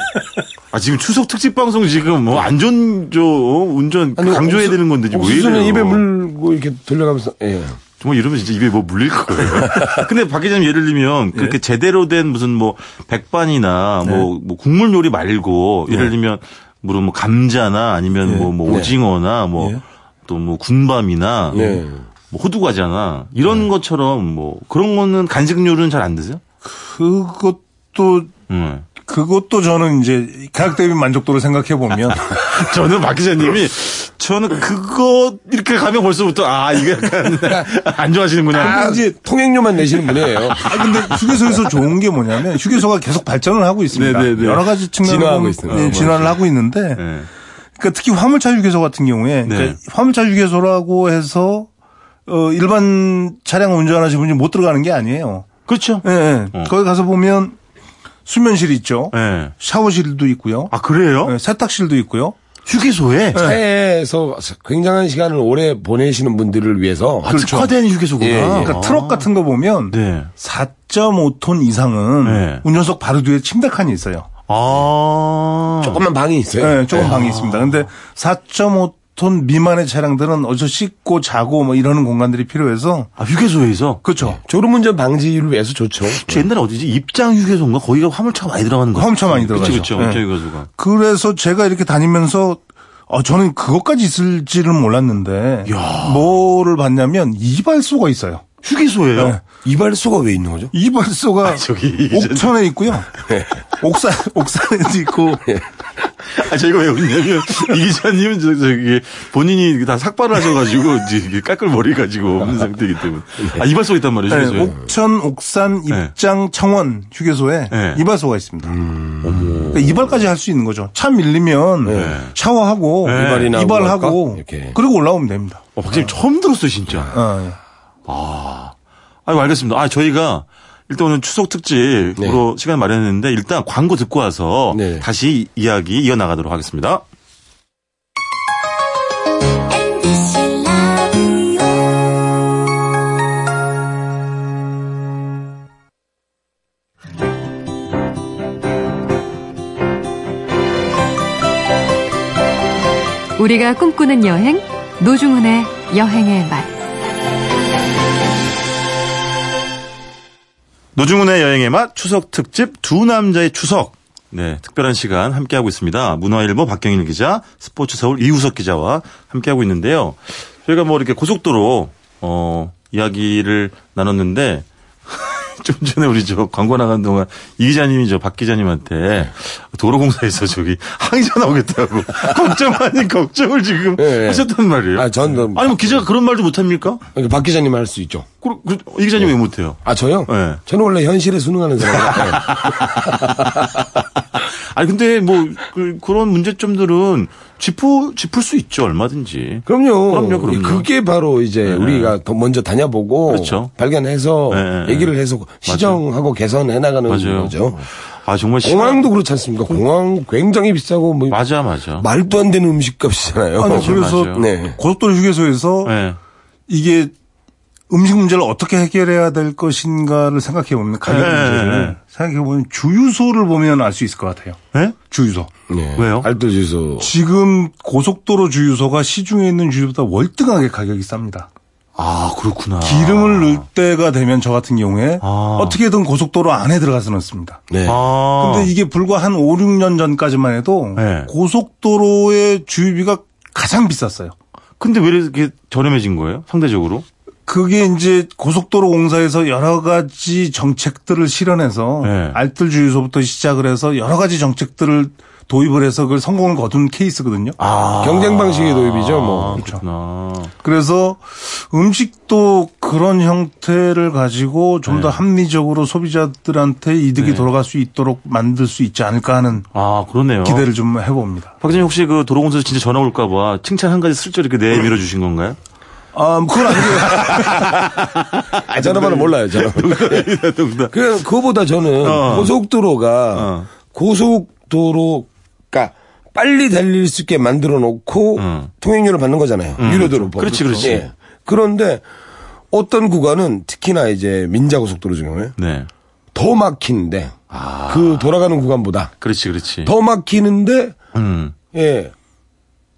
A: 아 지금 추석 특집 방송 지금 뭐 안전 저 어, 운전 강조해야
D: 옥수-
A: 되는 건데 지금 왜
D: 어, 옥수수는
A: 이래요?
D: 입에 물고 이렇게 돌려가면서. 예.
A: 정말 이러면 진짜 입에 뭐 물릴 거예요. 근데 박 기자님 예를 들면 그렇게 제대로 된 무슨 뭐 백반이나 뭐, 뭐 국물 요리 말고 예를 들면 물론 뭐 감자나 아니면 뭐, 뭐 오징어나 뭐 또 뭐 군밤이나
D: 네.
A: 뭐 호두과자나 이런 것처럼 뭐 그런 거는 간식 요리는 잘 안 드세요?
C: 그것도
A: 음.
C: 그것도 저는 이제 가격 대비 만족도를 생각해 보면
A: 저는 박 기자님이 저는 그거 이렇게 가면 벌써부터 아 이거 약간 안 좋아하시는구나.
D: 아,
C: 이제-
D: 통행료만 내시는 분이에요.
C: 아 근데 휴게소에서 좋은 게 뭐냐면 휴게소가 계속 발전을 하고 있습니다.
A: 네, 네, 네.
C: 여러 가지 측면으로
D: 진화하고
C: 보면,
D: 있어요.
C: 네,
D: 아,
C: 진화를 하고 있는데
A: 네.
C: 그러니까 특히 화물차 휴게소 같은 경우에 그러니까 화물차 휴게소라고 해서 어, 일반 차량 운전하시는 분이 못 들어가는 게 아니에요.
A: 그렇죠.
C: 예, 예. 거기 가서 보면 수면실 있죠.
A: 예.
C: 샤워실도 있고요.
A: 아 그래요?
C: 예, 세탁실도 있고요.
A: 휴게소에
D: 해에서 굉장한 시간을 오래 보내시는 분들을 위해서.
A: 아, 특화된 휴게소구나.
D: 예, 예.
C: 그러니까
A: 아.
C: 트럭 같은 거 보면
A: 네.
C: 4.5톤 이상은
A: 네.
C: 운전석 바로 뒤에 침대칸이 있어요.
A: 아.
D: 조금만 방이 있어요.
C: 예,
A: 네,
C: 조금 방이 있습니다. 근데 4.5톤 미만의 차량들은 어디서 씻고 자고 뭐 이러는 공간들이 필요해서
A: 아, 휴게소에서?
C: 그렇죠.
D: 졸음운전 방지를 위해서 좋죠.
A: 그 옛날에 어디지? 입장 휴게소인가? 거기가 화물차가 많이 들어가는 거.
C: 네. 화물차 많이 들어가죠.
A: 그렇죠.
C: 네.
A: 입장 휴게소가.
C: 그래서 제가 이렇게 다니면서 어, 저는 그것까지 있을지를 몰랐는데 뭐를 봤냐면 이발소가 있어요.
A: 휴게소예요.
C: 네.
D: 이발소가 왜 있는 거죠?
C: 이발소가
A: 아, 저기 네.
C: 옥천에 있고요. 옥산 옥산에도 있고
A: 아, 저희가 왜 웃냐면, 이 기자님은 저, 저기, 본인이 다 삭발을 하셔가지고, 이제 이게 깔끌 머리 가지고 없는 상태이기 때문에. 아, 이발소가 있단 말이에요,
C: 네,
A: 휴게소에.
C: 옥천 옥산
A: 네.
C: 입장 청원 휴게소에
A: 네. 음.
C: 이발소가 있습니다. 그러니까 이발까지 할 수 있는 거죠. 차 밀리면
A: 네.
C: 샤워하고
D: 이발이나 뭐 할까?
C: 이발하고
D: 이렇게. 아, 네.
C: 그리고 올라오면 됩니다.
A: 어, 박사님 처음 들었어요, 진짜.
C: 어, 예.
A: 아유, 알겠습니다. 아, 저희가 일단 오늘 추석
C: 네.
A: 특집으로 시간 마련했는데 일단 광고 듣고 와서
D: 네.
A: 다시 이야기 이어나가도록 하겠습니다.
E: MBC 라디오
F: 우리가 꿈꾸는 여행 노중훈의 여행의 맛
A: 노중훈의 여행의 맛 추석 특집 두 남자의 추석. 네, 특별한 시간 함께하고 있습니다. 문화일보 박경일 기자, 스포츠 서울 이우석 기자와 함께하고 있는데요. 저희가 뭐 이렇게 고속도로, 어, 이야기를 나눴는데, 좀 전에 우리 저 광고 나간 동안 이 기자님이 저 박 기자님한테 도로공사에서 저기 항의자 나오겠다고 걱정 아닌 걱정을 지금
D: 예, 예.
A: 하셨단 말이에요.
D: 아, 전 그-
A: 아니 뭐 기자가 그런 말도 못합니까?
D: 그러니까 박 기자님 할 수 있죠.
A: 그러- 그- 이 기자님 왜 못해요?
D: 아, 저요?
A: 네.
D: 저는 원래 현실에 순응하는 사람이에요. 네.
A: 아니 근데 뭐 그, 런 문제점들은 짚어 짚을 수 있죠 얼마든지.
D: 그럼요.
A: 그럼요, 그럼요. 네.
D: 그게 바로 이제 우리가 더 먼저 다녀보고
A: 그렇죠.
D: 발견해서
A: 네, 네.
D: 얘기를 해서 시정하고 개선해 나가는
A: 맞아요.
D: 거죠.
A: 아 정말 시간-
D: 공항도 그렇지 않습니까? 공항 굉장히 비싸고 뭐
A: 맞아 맞아.
D: 말도 안
A: 네,
D: 되는 음식값이잖아요.
C: 아니, 그래서
A: 맞아요.
D: 네.
C: 고속도로 휴게소에서
A: 네.
C: 이게 음식 문제를 어떻게 해결해야 될 것인가를 생각해 보면 가격
A: 네,
C: 문제를
A: 네.
C: 생각해 보면 주유소를 보면 알 수 있을 것 같아요.
A: 예?
C: 주유소.
D: 네.
A: 왜요?
D: 알뜰지수.
C: 지금 고속도로 주유소가 시중에 있는 주유소보다 월등하게 가격이 쌉니다.
A: 아 그렇구나.
C: 기름을 넣을 때가 되면 저 같은 경우에
A: 아.
C: 어떻게든 고속도로 안에 들어가서 넣습니다.
D: 네.
A: 아.
C: 근데 이게 불과 한 5, 6년 전까지만 해도
A: 네.
C: 고속도로의 주유비가 가장 비쌌어요.
A: 근데 왜 이렇게 저렴해진 거예요? 상대적으로?
C: 그게 이제 고속도로 공사에서 여러 가지 정책들을 실현해서
A: 네.
C: 알뜰 주유소부터 시작을 해서 여러 가지 정책들을 도입을 해서 그걸 성공을 거둔 케이스거든요.
A: 아.
D: 경쟁 방식의 도입이죠,
A: 아,
D: 뭐.
A: 그렇구나.
C: 그래서 음식도 그런 형태를 가지고 좀 더 합리적으로 소비자들한테 이득이 돌아갈 수 있도록 만들 수 있지 않을까 하는
A: 아, 그러네요.
C: 기대를 좀 해봅니다.
A: 박진영 혹시 그 도로공사에서 진짜 전화 올까봐 칭찬 한 가지 슬쩍 이렇게 내밀어 주신 건가요?
C: 아, 그건 아니고요.
D: 아, 저는 몰라요, 저는. 그, 그거보다 저는
A: 어.
D: 고속도로가
A: 어.
D: 고속도로가 빨리 달릴 수 있게 만들어 놓고
A: 음.
D: 통행료를 받는 거잖아요. 유료도로 법.
A: 그렇죠. 그렇지, 그렇지.
D: 그런데 어떤 구간은 특히나 이제 민자고속도로 중에
A: 네.
D: 더 막히는데 그 돌아가는 구간보다
A: 그렇지, 그렇지.
D: 더 막히는데
A: 음.
D: 예.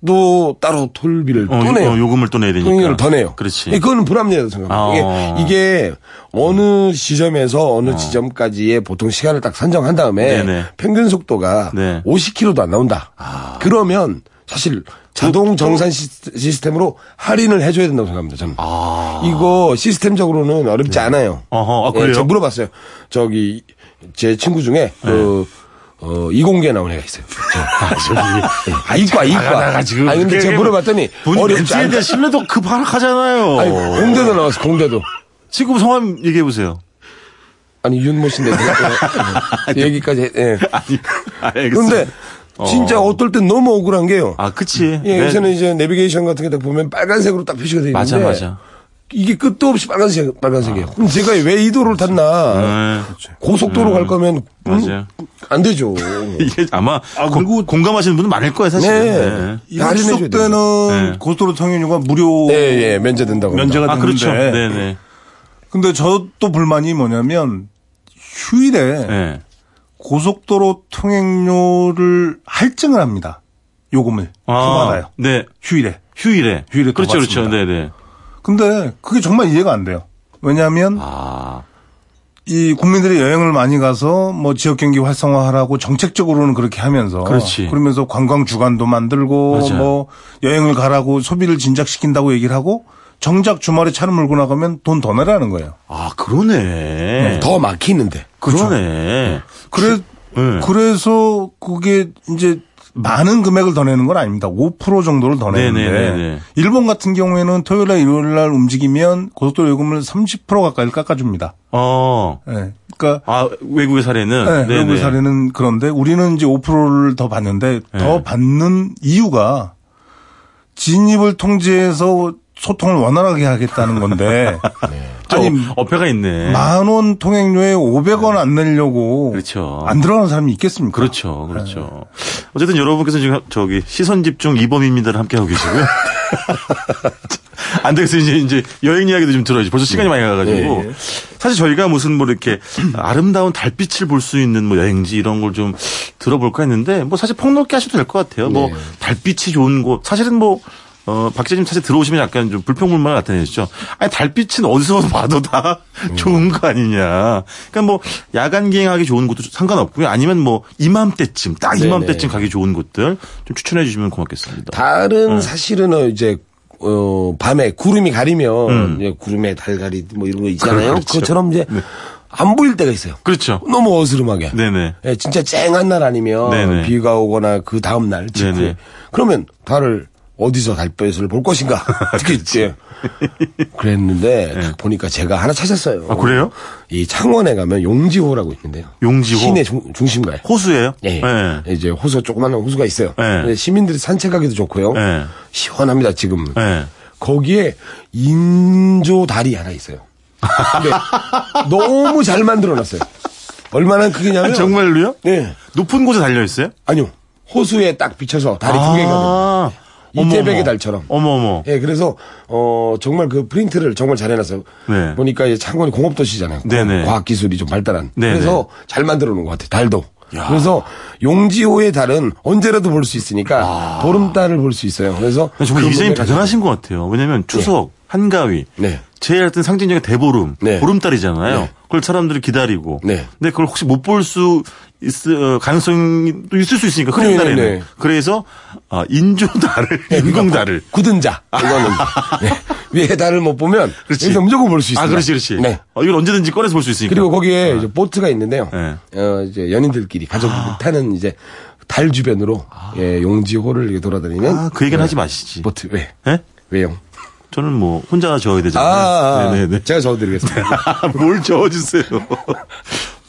D: 또 따로 톨비를
A: 어,
D: 또 내요.
A: 요, 금을또 내야 되니까.
D: 통행료를 더 내요.
A: 그렇지.
D: 예, 그거는 불합리하다 생각합니다.
A: 아.
D: 이게, 이게 어느 시점에서 어느 지점까지의 보통 시간을 딱 선정한 다음에
A: 네네.
D: 평균 속도가
A: 네. 아.
D: 50km도 안 나온다. 그러면 사실 자동 정산 시스- 시스템으로 할인을 해줘야 된다고 생각합니다. 저는 이거 시스템적으로는 어렵지 않아요.
A: 아. 어허, 아,
D: 예,
A: 그래요? 네.
D: 제가 물어봤어요. 저기 제 친구 중에 그 어, 이공계 나온 애가 있어요. 아, 저기. 아, 이과, 이과.
A: 아, 지금.
D: 아니, 근데 제가 물어봤더니,
A: 본
D: 어렵지
A: 멘트에
D: 않다.
A: 대한 신뢰도 급하잖아요.
D: 아니, 공대도 나왔어, 공대도.
A: 지금 성함 얘기해보세요.
D: 아니, 윤모 씨인데. 내가 얘기까지, 했- 예.
A: 아니, 알겠어요.
D: 근데, 진짜 어떨 땐 너무 억울한 게요.
A: 아, 그치. 네.
D: 예, 요새는 이제 내비게이션 같은 게 딱 보면 빨간색으로 딱 표시가 되어
A: 맞아,
D: 있는데.
A: 맞아. 아.
D: 이게 끝도 없이 빨간색, 빨간색이에요. 그럼 제가 왜 이 도로를 탔나.
A: 네.
D: 고속도로 갈 거면, 음,
A: 맞아요.
D: 안 되죠.
A: 이게 아마
C: 아,
A: 고-
C: 그리고-
A: 공감하시는 분은 많을 거예요, 사실.
D: 네.
C: 이번 추석 때는
A: 네.
C: 고속도로 통행료가 무료
D: 예, 예, 면제된다고. 합니다.
C: 면제가
A: 아,
C: 됐는데
A: 그렇죠. 네네.
C: 근데 저 또 불만이 뭐냐면 휴일에
A: 네.
C: 고속도로 통행료를 할증을 합니다. 요금을 더 받아요.
A: 네.
C: 휴일에.
A: 휴일에.
C: 휴일에 또
A: 그렇죠, 그렇죠.
C: 받습니다.
A: 네네.
C: 근데 그게 정말 이해가 안 돼요. 왜냐하면
A: 아.
C: 이 국민들이 여행을 많이 가서 뭐 지역 경기 활성화하라고 정책적으로는 그렇게 하면서
A: 그렇지.
C: 러면서 관광 주간도 만들고
A: 맞아요.
C: 뭐 여행을 가라고 소비를 진작시킨다고 얘기를 하고 정작 주말에 차를 몰고 나가면 돈 더 내라는 거예요.
A: 아, 그러네.
D: 더 막히는데.
A: 그러네.
C: 그래
A: 네.
C: 그래서 그게 이제 많은 금액을 더 내는 건 아닙니다. 5% 정도를 더 내는데
A: 네네네네.
C: 일본 같은 경우에는 토요일날 일요일날 움직이면 고속도로 요금을 30% 가까이 깎아줍니다.
A: 어.
C: 예. 그러니까
A: 아, 외국의 사례는?
C: 네, 외국 사례는 그런데 우리는 이제 5%를 더 받는데
A: 네.
C: 더 받는 이유가 진입을 통제해서 소통을 원활하게 하겠다는 건데
A: 아니,
C: 아니
A: 어폐가 있네.
C: 만 원 통행료에 500원 안 내려고
A: 그렇죠.
C: 안 들어가는 사람이 있겠습니까?
A: 그렇죠, 그렇죠. 어쨌든 여러분께서 지금 저기 시선 집중 이범입니다를 함께 하고 계시고요. 안 되겠어요. 이제, 이제 여행 이야기도 좀 들어야지. 벌써 시간이 많이 가가지고. 사실 저희가 무슨 뭐 이렇게 아름다운 달빛을 볼 수 있는 뭐 여행지 이런 걸 좀 들어볼까 했는데 뭐 사실 폭넓게 하셔도 될 것 같아요. 뭐 달빛이 좋은 곳. 사실은 뭐 어, 박 기자님 사실 들어오시면 약간 좀 불평불만을 나타내시죠. 아니, 달빛은 어디서 봐도 다 좋은 거 아니냐. 그러니까 뭐, 야간 기행하기 좋은 곳도 상관없고요. 아니면 뭐, 이맘때쯤, 딱 이맘때쯤 가기 좋은 곳들 좀 추천해 주시면 고맙겠습니다.
D: 어. 다른
A: 음.
D: 사실은 어, 이제 어 밤에 구름이 가리면 이제 구름에 달가리 뭐 이런 거 있잖아요.
A: 음. 그렇죠.
D: 그것처럼 이제 안 보일 때가 있어요.
A: 그렇죠.
D: 너무 어스름하게.
A: 네네.
D: 예, 진짜 쨍한 날 아니면
A: 네네.
D: 비가 오거나 그 다음 날 직후에
A: 네네.
D: 그러면 달을 어디서 달빛을 볼 것인가 특히
A: 그렇죠.
D: 이제 그랬는데 딱 보니까 제가 하나 찾았어요.
A: 네. 아, 그래요?
D: 이 창원에 가면 용지호라고 있는데요.
A: 용지호?
D: 시내 중, 중심가에.
A: 호수예요?
D: 예.
A: 예.
D: 이제 호수 조그마한 호수가 있어요.
A: 예.
D: 근데 시민들이 산책하기도 좋고요.
A: 예.
D: 시원합니다 지금.
A: 예.
D: 거기에 인조 다리 하나 있어요. 근데 너무 잘 만들어놨어요. 얼마나 크기냐면
A: 아니, 정말로요?
D: 네.
A: 높은 곳에 달려 있어요?
D: 아니요 호수에 딱 비춰서 다리 두 개가 됩니다.
A: 아,
D: 이태백의
A: 어머머.
D: 달처럼.
A: 어머머.
D: 예, 그래서 어 정말 그 프린트를 정말 잘해놨어요.
A: 네.
D: 보니까 이제 창원이 공업도시잖아요.
A: 네네.
D: 과학 기술이 좀 발달한.
A: 네네.
D: 그래서 잘 만들어 놓은 것 같아요. 달도. 그래서 용지호의 달은 언제라도 볼 수 있으니까 보름달을 볼 수 있어요. 그래서
A: 아. 네, 정말
D: 그
A: 이재님
D: 문맥을-
A: 대단하신 것 같아요. 왜냐면 추석, 한가위,
D: 네.
A: 제일 하여튼 상징적인 대보름,
D: 네.
A: 보름달이잖아요.
D: 네.
A: 그걸 사람들이 기다리고,
D: 네.
A: 근데 그걸 혹시 못 볼 수 있을 어, 가능성이 또 있을 수 있으니까 흐린
D: 네,
A: 달에는.
D: 네.
A: 그래서 아, 인조달을, 인공달을.
D: 아, 굳은 자. 이거는 네. 위에 달을 못 보면
A: 그렇지.
D: 여기서 무조건 볼 수 있어요.
A: 아, 그렇지, 그렇지.
D: 네.
A: 어, 이걸 언제든지 꺼내서 볼 수 있으니까.
D: 그리고 거기에 이제 보트가 있는데요.
A: 네. 아.
D: 어, 이제 연인들끼리 가족들 타는 이제 달 주변으로 예, 용지호를 이렇게 돌아다니는
A: 아, 그
D: 네.
A: 얘기는 하지 마시지.
D: 보트 왜
A: 예?
D: 왜요?
A: 저는 뭐 혼자 저어야
D: 아,
A: 되잖아요.
D: 아, 아.
A: 네네네. 아,
D: 제가 적어드리겠습니다.
A: 뭘 저어주세요.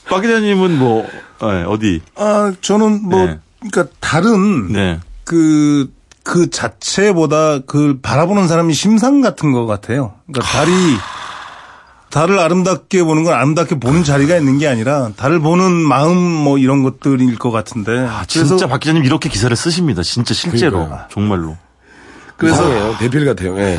A: 박 기자님은 뭐 예, 어디?
C: 아, 저는 뭐,
A: 네.
C: 그러니까 다른
A: 네.
C: 그, 그 자체보다 그 바라보는 사람이 심상 같은 것 같아요. 그러니까 달이, 달을 아름답게 보는 건 아름답게 보는 자리가 있는 게 아니라 달을 보는 마음 뭐 이런 것들일 것 같은데.
A: 아, 진짜 박 기자님 이렇게 기사를 쓰십니다. 진짜 실제로
D: 그러니까요.
A: 정말로.
D: 그래서 요 대필 같아요. 예.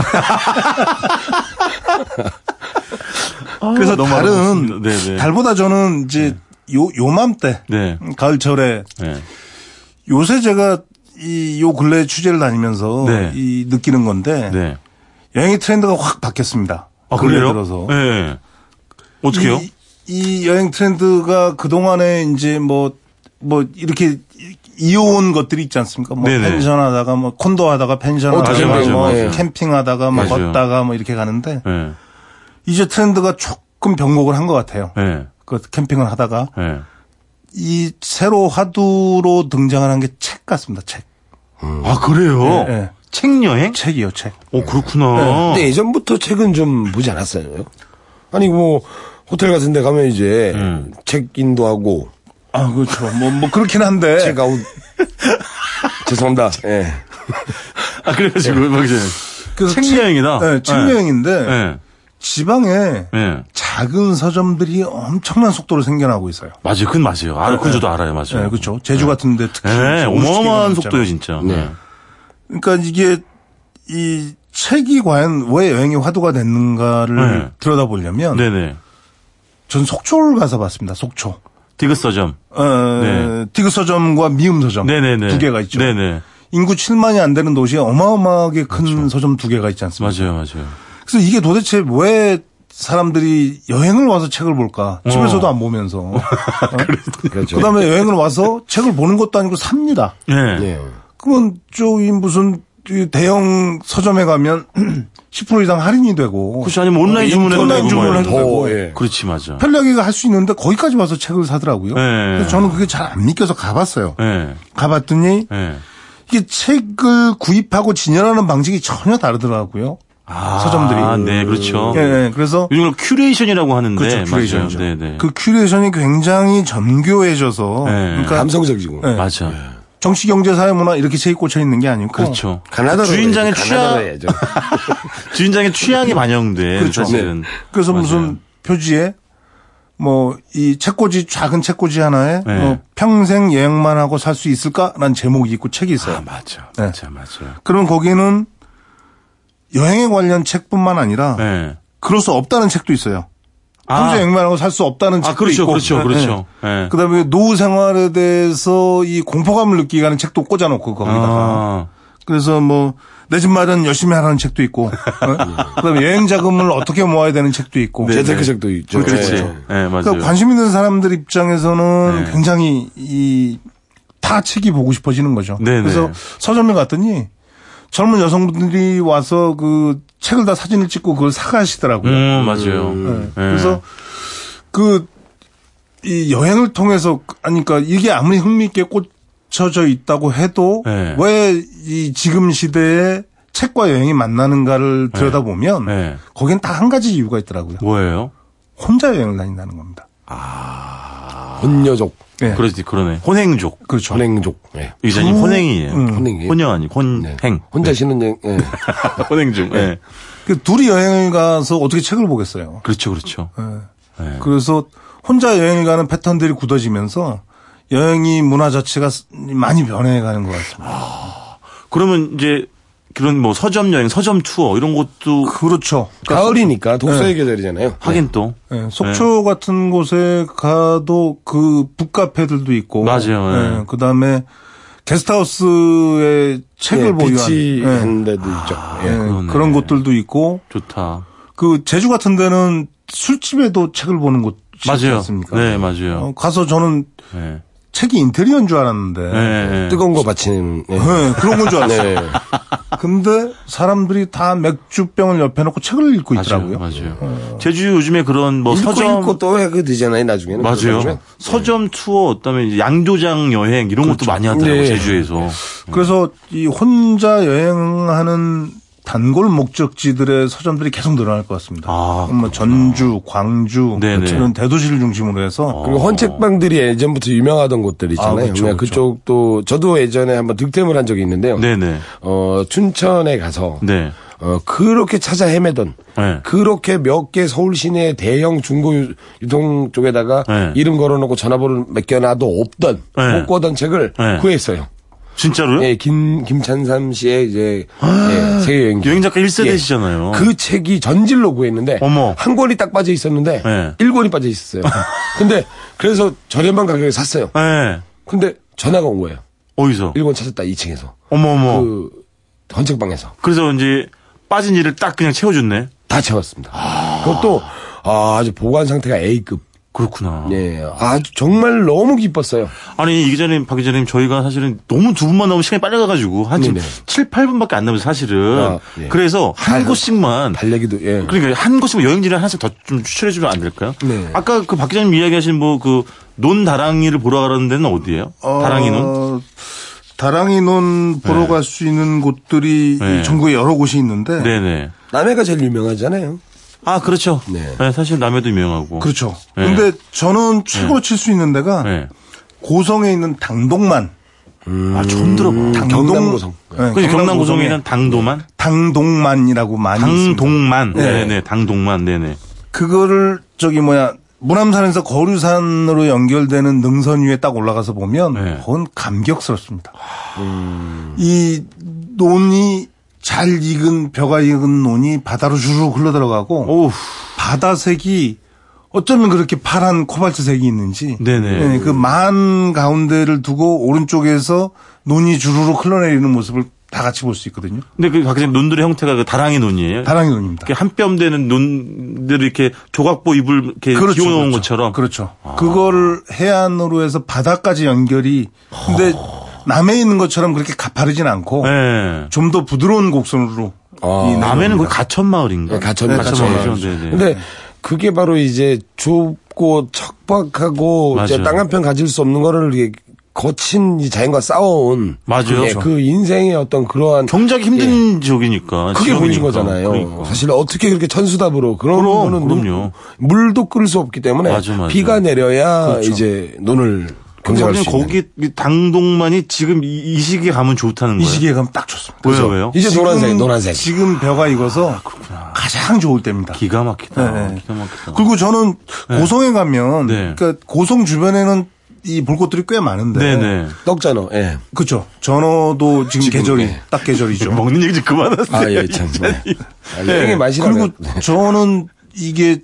C: 그래서
A: 너무
C: 달은
A: 알아보겠습니다. 네, 네.
C: 달보다 저는 이제 요 요맘때
A: 네.
C: 가을철에
A: 네.
C: 요새 제가 이 요 근래 취재를 다니면서
A: 네.
C: 이 느끼는 건데
A: 네.
C: 여행의 트렌드가 확 바뀌었습니다.
A: 아,
C: 근래
A: 그래요?
C: 들어서
A: 네. 어떻게요?
C: 이, 이 여행 트렌드가 그 동안에 이제 뭐 뭐 이렇게 이- 이어온 것들이 있지 않습니까? 뭐
A: 네네. 어,
C: 펜션하다가 뭐 콘도하다가 펜션하다가
A: 맞아요, 맞아요,
C: 뭐
D: 맞아요.
C: 캠핑하다가 뭐
A: 맞아요.
C: 걷다가 뭐 이렇게 가는데
A: 네.
C: 이제 트렌드가 조금 변곡을 한 것 같아요.
A: 네.
C: 그 캠핑을 하다가
A: 네.
C: 이 새로 화두로 등장하는 게 책 같습니다. 책.
A: 아, 그래요?
C: 네, 네.
A: 책 여행?
C: 책이요, 책.
A: 어, 그렇구나.
D: 근데 예전부터 책은 좀 보지 않았어요. 아니 뭐 호텔 같은데 가면 이제
A: 음.
D: 책인도 하고
C: 아, 그렇죠. 뭐, 뭐, 그렇긴
A: 예.
C: 한데.
D: 책 아웃 죄송합니다. 예.
A: 아, 그래가지고, 박 기자님.
C: 그래서
A: 책
C: 책-
A: 여행이다.
C: 네, 책 여행인데.
A: 네.
C: 지방에
A: 네.
C: 작은 서점들이 엄청난 속도로 생겨나고 있어요.
A: 맞아요. 그건 맞아요. 아, 그건 저도 알아요.
C: 네,
A: 맞아요.
C: 그렇죠. 제주 같은데 특히.
A: 네,
C: 진짜 50 개가
A: 어마어마한
C: 넘잖아요.
A: 속도요, 진짜.
D: 네.
C: 그러니까 이게 이 책이 과연 왜 여행의 화두가 됐는가를
A: 네.
C: 들여다보려면
A: 네네.
C: 전 속초를 가서 봤습니다. 속초.
A: 디귿 서점.
C: 어,
A: 네.
C: 디귿 서점과 미음 서점
A: 네네네.
C: 어, 두 개가 있죠.
A: 네네.
C: 인구 7만이 안 되는 도시에 어마어마하게 큰 서점 두 개가 있지 않습니까?
A: 그렇죠. 맞아요, 맞아요.
C: 그래서 이게 도대체 왜 사람들이 여행을 와서 책을 볼까? 집에서도 안 보면서. 어?
D: 그렇죠.
C: 그다음에 여행을 와서 책을 보는 것도 아니고 삽니다.
A: 네.
D: 예.
C: 그건 저기 무슨 이 대형 서점에 가면 10% 이상 할인이 되고
A: 그렇지, 아니면 온라인 주문해도
C: 어, 온라인
A: 되고 뭐
C: 주문해도
A: 이런
C: 되고
D: 더, 예.
A: 그렇지, 맞아.
C: 편리하게 할 수 있는데 거기까지 와서 책을 사더라고요.
A: 네.
C: 그래서 저는 그게 잘 안 믿겨서 가봤어요.
A: 예.
C: 가봤더니
A: 예.
C: 이게 책을 구입하고 진열하는 방식이 전혀 다르더라고요. 서점들이.
A: 아, 네, 그렇죠.
C: 예, 예. 그래서
A: 요즘 걸 큐레이션이라고 하는데.
C: 그렇죠. 큐레이션이죠.
A: 맞아요. 네네.
C: 그 큐레이션이 굉장히 정교해져서
A: 네.
C: 그러니까
D: 감성적이고
C: 네.
A: 맞아.
C: 정치 경제 사회 문화 이렇게 책이 꽂혀 있는 게 아니고
A: 그렇죠.
D: 가나다로
A: 주인장의
D: 해야지, 가나다로
A: 취향,
D: 해야죠.
A: 주인장의 취향이 반영된
C: 그렇죠.
A: 사실은.
C: 그래서
A: 맞아요.
C: 무슨 표지에 뭐 이 책꽂이 작은 책꽂이 하나에
A: 네.
C: 뭐 평생 여행만 하고 살 수 있을까라는 제목이 있고 책이 있어요.
A: 아, 맞아.
C: 네.
A: 맞아, 맞아.
C: 그럼 거기는 여행에 관련 책뿐만 아니라
A: 네.
C: 그럴 수 없다는 책도 있어요.
A: 아.
C: 평생 여행만 하고 살 수 없다는
A: 아,
C: 책도
A: 그렇죠,
C: 있고.
A: 그렇죠, 그렇죠. 네.
C: 그다음에 노후 생활에 대해서 이 공포감을 느끼게 하는 책도 꽂아놓고 거기다가
A: 아,
C: 그래서 뭐 내 집 마련 열심히 하라는 책도 있고 어? 그다음에 여행 자금을 어떻게 모아야 되는 책도 있고
D: 재테크색도 있죠.
A: 네, 그렇지.
D: 예.
A: 네, 맞아요.
C: 그러니까 관심 있는 사람들 입장에서는
A: 네.
C: 굉장히 이 다 책이 보고 싶어지는 거죠.
A: 네네.
C: 그래서 서점에 갔더니 젊은 여성분들이 와서 그 책을 다 사진을 찍고 그걸 사가시더라고요.
A: 음, 맞아요.
C: 네.
A: 예.
C: 그래서 그 이 여행을 통해서 아니 그러니까 이게 아무리 흥미있게 꽂혀져 있다고 해도
A: 네.
C: 왜 이 지금 시대에 책과 여행이 만나는가를 들여다보면
A: 네.
C: 거긴 다 한 가지 이유가 있더라고요.
A: 뭐예요?
C: 혼자 여행을 다닌다는 겁니다.
A: 아.
D: 혼녀족,
C: 네.
A: 그러지, 그러네. 혼행족.
C: 그렇죠.
D: 혼행족. 예.
A: 이
C: 음,
A: 기자님 혼행이에요.
D: 혼행이에요?
A: 혼녀 아니고
D: 네.
A: 혼행.
D: 혼자 쉬는 여행. 예.
A: 혼행 중. 예.
C: 그 둘이 여행을 가서 어떻게 책을 보겠어요. 예.
A: 그렇죠, 그렇죠. 네.
C: 그래서 혼자 여행을 가는 패턴들이 굳어지면서 여행이 문화 자체가 많이 변해가는 것 같습니다.
A: 그러면 이제 그런 뭐 서점 여행, 서점 투어 이런 것도
C: 그렇죠.
D: 가을이니까 독서의 계절이잖아요.
A: 네. 하긴 또
C: 예, 속초
A: 네.
C: 같은 곳에 가도 그 북카페들도 있고.
A: 맞아요, 예.
C: 그 다음에 게스트하우스에 책을
D: 예,
C: 보유한.
D: 빛이
C: 예,
D: 한 데도 있죠.
C: 예,
D: 예.
A: 네. 아, 그러네.
C: 그런 곳들도 있고.
A: 좋다.
C: 그 제주 같은 데는 술집에도 책을 보는 곳이 있지
A: 맞아요.
C: 않습니까?
A: 네, 맞아요.
C: 어, 가서 저는
A: 네.
C: 책이 인테리어인 줄 알았는데.
A: 네, 네.
D: 뜨거운 거 받치는. 예.
C: 예, 그런 건 줄 알았어요.
D: 네.
C: 근데 사람들이 다 맥주병을 옆에 놓고 책을 읽고 있더라고요.
A: 맞아요. 맞아요. 제주 요즘에 그런 뭐
D: 읽고
A: 서점
D: 읽고 또 해야 되잖아요. 나중에는. 그렇죠.
A: 맞아요.
D: 그러면.
A: 서점 투어, 그다음에 이제 양조장 여행 이런 것도 많이 하더라고요
D: 네.
A: 제주에서.
C: 그래서 이 혼자 여행하는 단골 목적지들의 서점들이 계속 늘어날 것 같습니다.
A: 아,
C: 뭐 전주, 광주
A: 네네. 어,
C: 이런 대도시를 중심으로 해서
D: 그리고 헌책방들이 예전부터 유명하던 곳들 있잖아요.
C: 아, 그쵸,
D: 그냥
C: 그쵸.
D: 그쪽도 저도 예전에 한번 득템을 한 적이 있는데요.
A: 네네.
D: 어, 춘천에 가서
A: 네.
D: 어, 그렇게 찾아 헤매던
A: 네.
D: 그렇게 몇 개 서울 시내 대형 중고 유- 유통 쪽에다가
A: 네.
D: 이름 걸어놓고 전화번호 맡겨놔도 없던
A: 네.
D: 못 구던 책을
A: 네.
D: 구했어요.
A: 진짜로요?
D: 예, 김 김찬삼 씨의 이제
A: 아,
D: 예, 세계 여행
A: 여행 작가 1세대시잖아요.
D: 예. 그 책이 전질로 구했는데
A: 어. 어머.
D: 한 권이 딱 빠져 있었는데
A: 네.
D: 일 권이 빠져 있었어요. 근데 그래서 저렴한 가격에 샀어요.
A: 네.
D: 근데 전화가 온 거예요.
A: 어디서?
D: 일 권 찾았다 2층에서
A: 어머 어머. 그...
D: 그 헌책방에서
A: 래서 이제 빠진 일을 딱 그냥 채워줬네.
D: 다 채웠습니다. 그것도 아, 아주 보관 상태가 A급.
A: 그렇구나.
D: 예, 아주 정말 너무 기뻤어요.
A: 아니 이 기자님, 박 기자님 저희가 사실은 너무 두 분만 나오면 시간이 빨리 가가지고 한 지금
D: 네네.
A: 7, 8분밖에 안 남아서 사실은
D: 아, 예.
A: 그래서 한 곳씩만
D: 달래기도 예.
A: 그러니까 한 곳이면 여행지를 하나씩 더 좀 추천해 주면 안 될까요?
D: 네.
A: 아까 그 박 기자님 이야기하신 뭐 그 논 다랑이를 보러 가라는 데는 어디예요? 다랑이 논?
C: 다랑이 논 보러 갈 수 있는 곳들이
A: 네.
C: 이 전국에 여러 곳이 있는데
A: 네네.
D: 남해가 제일 유명하잖아요.
A: 아 그렇죠.
D: 네.
A: 네, 사실 남해도 유명하고.
C: 그렇죠.
A: 네.
C: 근데 저는 최고로 칠 수 있는 데가
A: 네.
C: 고성에 있는 당동만
A: 아 처음 들어봐.
D: 경남고성.
C: 네,
A: 그 경남 고성에는 당도만,
C: 당동만이라고 많이 있습니다.
A: 당동만,
C: 네.
A: 네. 네 당동만, 네네.
C: 그거를 저기 뭐야 무남산에서 거류산으로 연결되는 능선 위에 딱 올라가서 보면
A: 네. 아.
C: 그건 감격스럽습니다. 음. 이 논이 잘 익은 벼가 익은 논이 바다로 주르륵 흘러 들어가고
A: 오,
C: 바다색이 어쩌면 그렇게 파란 코발트색이 있는지
A: 네네.
C: 그 만 가운데를 두고 오른쪽에서 논이 주르륵 흘러내리는 모습을 다 같이 볼 수 있거든요.
A: 근데 그 박 기자님 논들의 형태가 그 다랑이 논이에요.
C: 다랑이 논입니다.
A: 이렇게 한 뼘 되는 논들을 이렇게 조각보 입을 이렇게 예, 기워놓은 것처럼. 아.
C: 그렇죠. 그거를 해안으로 해서 바다까지 연결이 근데 남해 있는 것처럼 그렇게 가파르진 않고
A: 네.
C: 좀 더 부드러운 곡선으로
D: 아,
C: 이
A: 남해는
C: 내려옵니다.
A: 거의 가천 마을인가?
D: 네, 가천 마을.
A: 마을이죠. 네, 네.
D: 근데 그게 바로 이제 좁고 척박하고
A: 맞아요.
D: 땅 한 편 가질 수 없는 거를 이게 거친 이 자연과 싸워온
A: 맞아요.
D: 예, 그 인생의 어떤 그러한
A: 경작이 힘든 지역이니까.
D: 그게 본인
A: 지역이니까.
D: 거잖아요.
A: 그러니까.
D: 사실 어떻게 그렇게 천수답으로 그런
A: 그럼,
D: 거는
A: 그럼요.
D: 눈- 물도 끓을 수 없기 때문에
A: 맞아, 맞아.
D: 비가 내려야 이제 눈을 경쟁할 수
A: 근데
D: 있는.
A: 거기 당동만이 지금 이, 이 시기에 가면 좋다는
C: 이
A: 거예요.
C: 시기에 가면 딱 좋습니다.
A: 왜요, 아, 왜요?
D: 이제
C: 지금-
D: 노란색, 노란색.
C: 지금 벼가 익어서 가장 좋을 때입니다.
A: 기가 막히다.
C: 네, 네.
A: 기가 막히다.
C: 그리고 저는 고성에 가면
A: 네.
C: 그러니까 고성 주변에는 이 볼곳들이 꽤 많은데
A: 네네.
D: 떡잖아. 예.
C: 그렇죠. 전어도 지금,
D: 지금,
C: 계절이
D: 네.
C: 딱 계절이죠.
A: 먹는 얘기 좀 그만하세요.
D: 아, 예, 참. 예. 아, 여행의 맛이라.
C: 그리고 저는 이게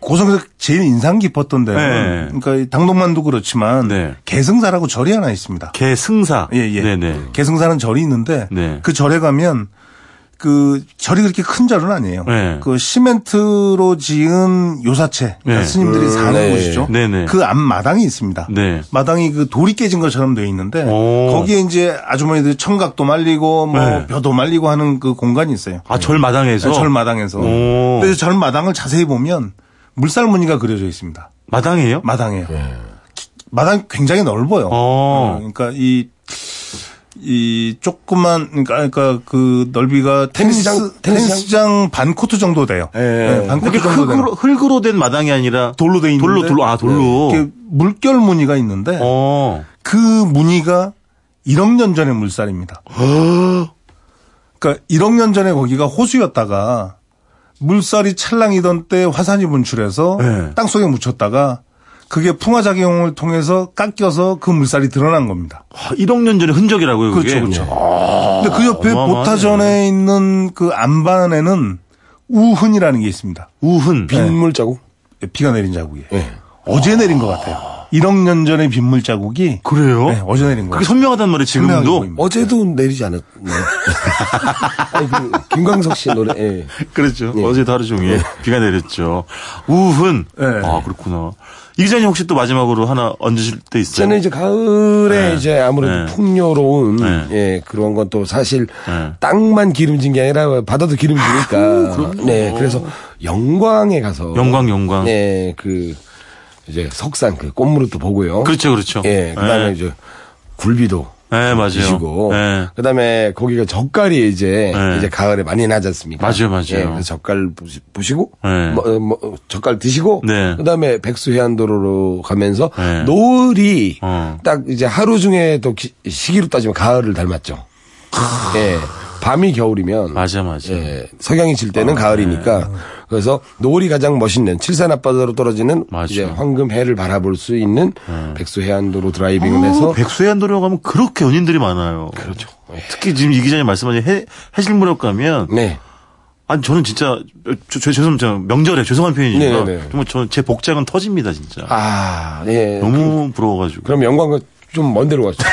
C: 고성에서 제일 인상 깊었던 데는
A: 네.
C: 그러니까 이 당동만도 그렇지만
A: 네.
C: 개승사라고 절이 하나 있습니다.
A: 개 승사.
C: 예, 예.
A: 네네.
C: 개승사는 절이 있는데
A: 네.
C: 그 절에 가면 그 절이 그렇게 큰 절은 아니에요.
A: 네.
C: 그 시멘트로 지은 요사채, 그러니까
A: 네.
C: 스님들이 사는
D: 네.
C: 곳이죠.
A: 네네.
C: 그 앞 마당이 있습니다.
A: 네.
C: 마당이 그 돌이 깨진 것처럼 돼 있는데
A: 오.
C: 거기에 이제 아주머니들 청각도 말리고 뭐
A: 네.
C: 벼도 말리고 하는 그 공간이 있어요.
A: 아, 절 마당에서?
C: 네, 절 마당에서. 네.
A: 오.
C: 근데 절 마당을 자세히 보면 물살 무늬가 그려져 있습니다.
A: 마당이에요?
C: 마당에요. 기- 마당 굉장히 예. 넓어요.
A: 어.
C: 어, 그러니까 이, 이 조그만 그러니까, 그러니까 그 넓이가 테니스장
D: 테니스장?
C: 테니스장, 반 코트 정도 돼요.
D: 예.
C: 반
A: 그게
C: 코트 정도 돼요.
A: 흙으로, 흙으로 된 마당이 아니라
C: 돌로 돼 있는데 네,
A: 돌로, 돌로, 아, 돌로.
C: 이렇게 물결 무늬가 있는데
A: 어.
C: 그 무늬가 1억 년 전의 물살입니다. 그러니까 1억 년 전에 거기가 호수였다가 물살이 찰랑이던 때 화산이 분출해서
A: 네.
C: 땅 속에 묻혔다가 그게 풍화작용을 통해서 깎여서 그 물살이 드러난 겁니다.
A: 아, 1억 년 전의 흔적이라고요, 그게. 네. 아,
C: 그렇죠, 그렇죠. 근데 그 옆에
A: 어마어마하네.
C: 보타전에 있는 그 안반에는 우흔이라는 게 있습니다.
A: 우흔.
D: 빗물 자국?
C: 비가 내린 자국이. 에요
D: 예.
C: 어제 내린 것 같아요. 1억 년 전의 빗물 자국이
A: 그래요?
C: 네, 어제 내린
A: 그게
C: 거예요.
A: 선명하단 말이에요,
C: 선명하게
A: 지금도.
C: 보입니다.
D: 어제도 내리지 않았네. 아니, 그 김광석 씨 노래. 예.
A: 그렇죠.
D: 예.
A: 어제도 하루 종일 비가 내렸죠. 우흔.
C: 예.
A: 아, 그렇구나. 이 기자님 혹시 또 마지막으로 하나 얹으실 때 있어요?
D: 저는 이제 가을에
A: 네.
D: 이제 아무래도
A: 네.
D: 풍요로운
A: 네.
D: 예 그런 건 또 사실
A: 네.
D: 땅만 기름진 게 아니라 바다도 기름지니까 네 그래서 영광에 가서
A: 영광, 영광.
D: 네그 이제 석산 그 꽃무릇도 보고요
A: 그렇죠, 그렇죠.
D: 예 그다음에
A: 예.
D: 이제 굴비도
A: 예, 맞아요.
D: 드시고
A: 예.
D: 그다음에 거기가 젓갈이 이제
A: 예.
D: 이제 가을에 많이 나지 않습니까?
A: 맞아요, 맞아요.
D: 예, 그래서 젓갈 부시- 부시고
A: 예.
D: 뭐, 어, 뭐, 젓갈 드시고
A: 네.
D: 그다음에 백수해안도로로 가면서
A: 예.
D: 노을이
A: 어.
D: 딱 이제 하루 중에 또 기- 시기로 따지면 가을을 닮았죠. 예. 밤이 겨울이면
A: 맞아, 아, 네. 맞아.
D: 예, 석양이 질 때는 가을이니까 그래서 노을이 가장 멋있는 칠산 앞바다로 떨어지는
A: 맞아요. 네.
D: 이제 황금 해를 바라볼 수 있는 백수 해안도로 드라이빙을 해서
A: 어, 백수해안 도로 가면 그렇게 연인들이 많아요. 그렇죠. 특히 지금 이 기자님 말씀하신 해, 해실무렵 가면
D: 네.
A: 아니 저는 진짜 저, 저, 죄송합니다. 명절에 죄송한 표현이지만
D: 네, 네.
A: 정말 저는 제 복장은 터집니다 진짜.
D: 아, 예.
A: 너무 부러워가지고.
D: 그럼 영광은 좀 먼 데로 가시죠.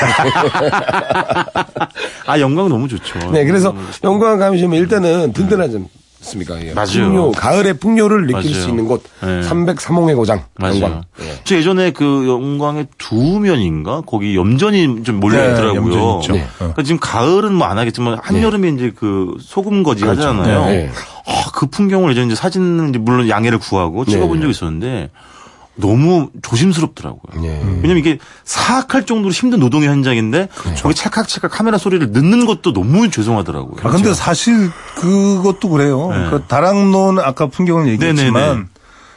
A: 아 영광 너무 좋죠. 음,
D: 네, 그래서 영광 가면 일단은 든든하지 않습니까? 예.
A: 맞아요.
D: 풍요, 가을의 풍요를 느낄
A: 맞아요.
D: 수 있는 곳.
A: 네.
D: 303홍의 고장.
A: 맞아요.
D: 영광. 예.
A: 저 예전에 그 영광의 두 면인가 거기 염전이 좀 몰려
C: 네,
A: 있더라고요.
C: 염전이 있죠.
D: 네.
A: 그러니까 지금 가을은 뭐 안 하겠지만 한여름에 이제 그 소금거지 하잖아요.
D: 네, 네.
A: 아, 그 풍경을 예전에 이제 사진은 이제 물론 양해를 구하고 찍어본
D: 네.
A: 적이 있었는데 너무 조심스럽더라고요.
D: 네.
A: 왜냐면 이게 사악할 정도로 힘든 노동의 현장인데
C: 그렇죠.
A: 저기 찰칵찰칵 카메라 소리를 넣는 것도 너무 죄송하더라고요. 그렇죠.
C: 아, 근데 사실 그것도 그래요. 그 다락론 아까 풍경을
A: 네. 네네네.
C: 얘기했지만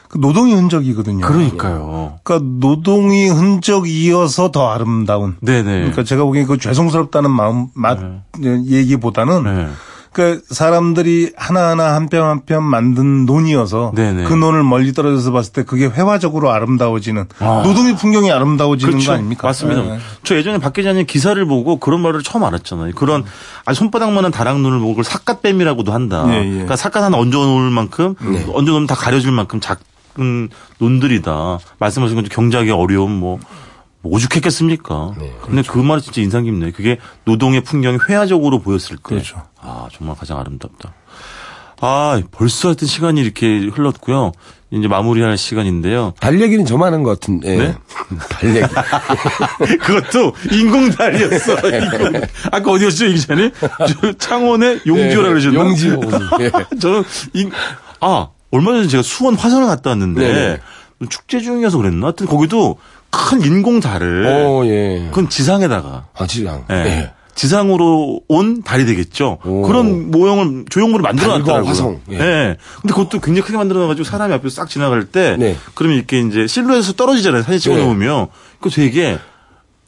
C: 그 노동의 흔적이거든요.
A: 그러니까요.
C: 그러니까 노동의 흔적이어서 더 아름다운.
A: 네네.
C: 그러니까 제가 보기엔 그 죄송스럽다는 마음, 맛, 얘기보다는
A: 네.
C: 그러니까 사람들이 하나하나 한 편 한 편 만든 논이어서
A: 네네.
C: 그 논을 멀리 떨어져서 봤을 때 그게 회화적으로 아름다워지는
A: 아. 그렇죠.
C: 노동의 풍경이 아름다워지는 거 아닙니까?
A: 맞습니다.
C: 네.
A: 저 예전에 박 기자님 기사를 보고 그런 말을 처음 알았잖아요. 그런 아니 손바닥만한 다락눈을 보고 그걸 삿갓뱀이라고도 한다.
C: 예, 네. 예.
A: 그러니까 삿갓 하나 얹어 놓을 만큼 얹어 놓으면 다 가려질 만큼 작은 논들이다. 말씀하신 것처럼 경작의 어려움 뭐뭐 오죽했겠습니까?
C: 네,
A: 근데
C: 그렇죠.
A: 그 말이 진짜 인상 깊네요. 그게 노동의 풍경이 회화적으로 보였을 때.
C: 그렇죠.
A: 아, 정말 가장 아름답다. 아, 벌써 하여튼 시간이 이렇게 흘렀고요. 이제 마무리할 시간인데요.
D: 달 얘기는 저만 한 것 같은데. 예.
A: 네?
D: 달 얘기.
A: 그것도 인공달이었어.
D: 네.
A: 인공. 아까 어디였죠, 이 기자님? 저 창원의 용지호라
D: 예,
A: 그러셨나?
D: 용지호. 예.
A: 저는 인, 아 얼마 전에 제가 수원 화산을 갔다 왔는데
D: 네네.
A: 축제 중이어서 그랬나? 하여튼 거기도 큰 인공달을
D: 어, 예.
A: 그건 지상에다가
D: 아, 지랑.
A: 예,
D: 예.
A: 지상으로 온 달이 되겠죠.
D: 오.
A: 그런 모형을 조형물을 만들어 놨더라고요.
D: 달과 화성.
A: 예.
D: 예.
A: 근데 그것도 굉장히 크게 만들어 놔가지고 사람이 앞에서 싹 지나갈 때
D: 네.
A: 그러면 이렇게 이제 실루엣에서 떨어지잖아요. 사진 찍어
D: 네.
A: 놓으면 그 되게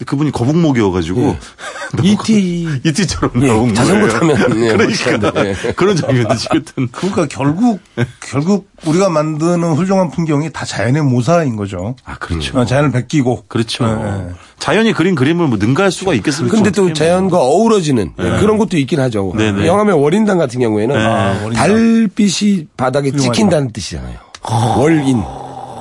A: 그분이 거북목이어가지고
D: 네.
A: 너무
D: E.T.
A: 거- E.T.처럼
D: 예,
A: 나온
D: E 자전거
A: 거예요.
D: 타면, 예,
A: 그러니까
D: 멋있는데,
A: 그런 장면이 지금
C: 그러니까 결국 결국 우리가 만드는 훌륭한 풍경이 다 자연의 모사인 거죠.
A: 아 그렇죠.
C: 어, 자연을 베끼고
A: 그렇죠.
C: 네, 네.
A: 자연이 그린 그림을 뭐 능가할 수가 있겠습니까?
D: 어. 근데 또 자연과 어우러지는 예, 그런 것도 있긴 하죠.
A: 예. 네네. 예.
D: 영암의 월인당 같은 경우에는
C: 아, 월인당.
D: 달빛이 바닥에 찍힌다는 뜻이잖아요. 월인.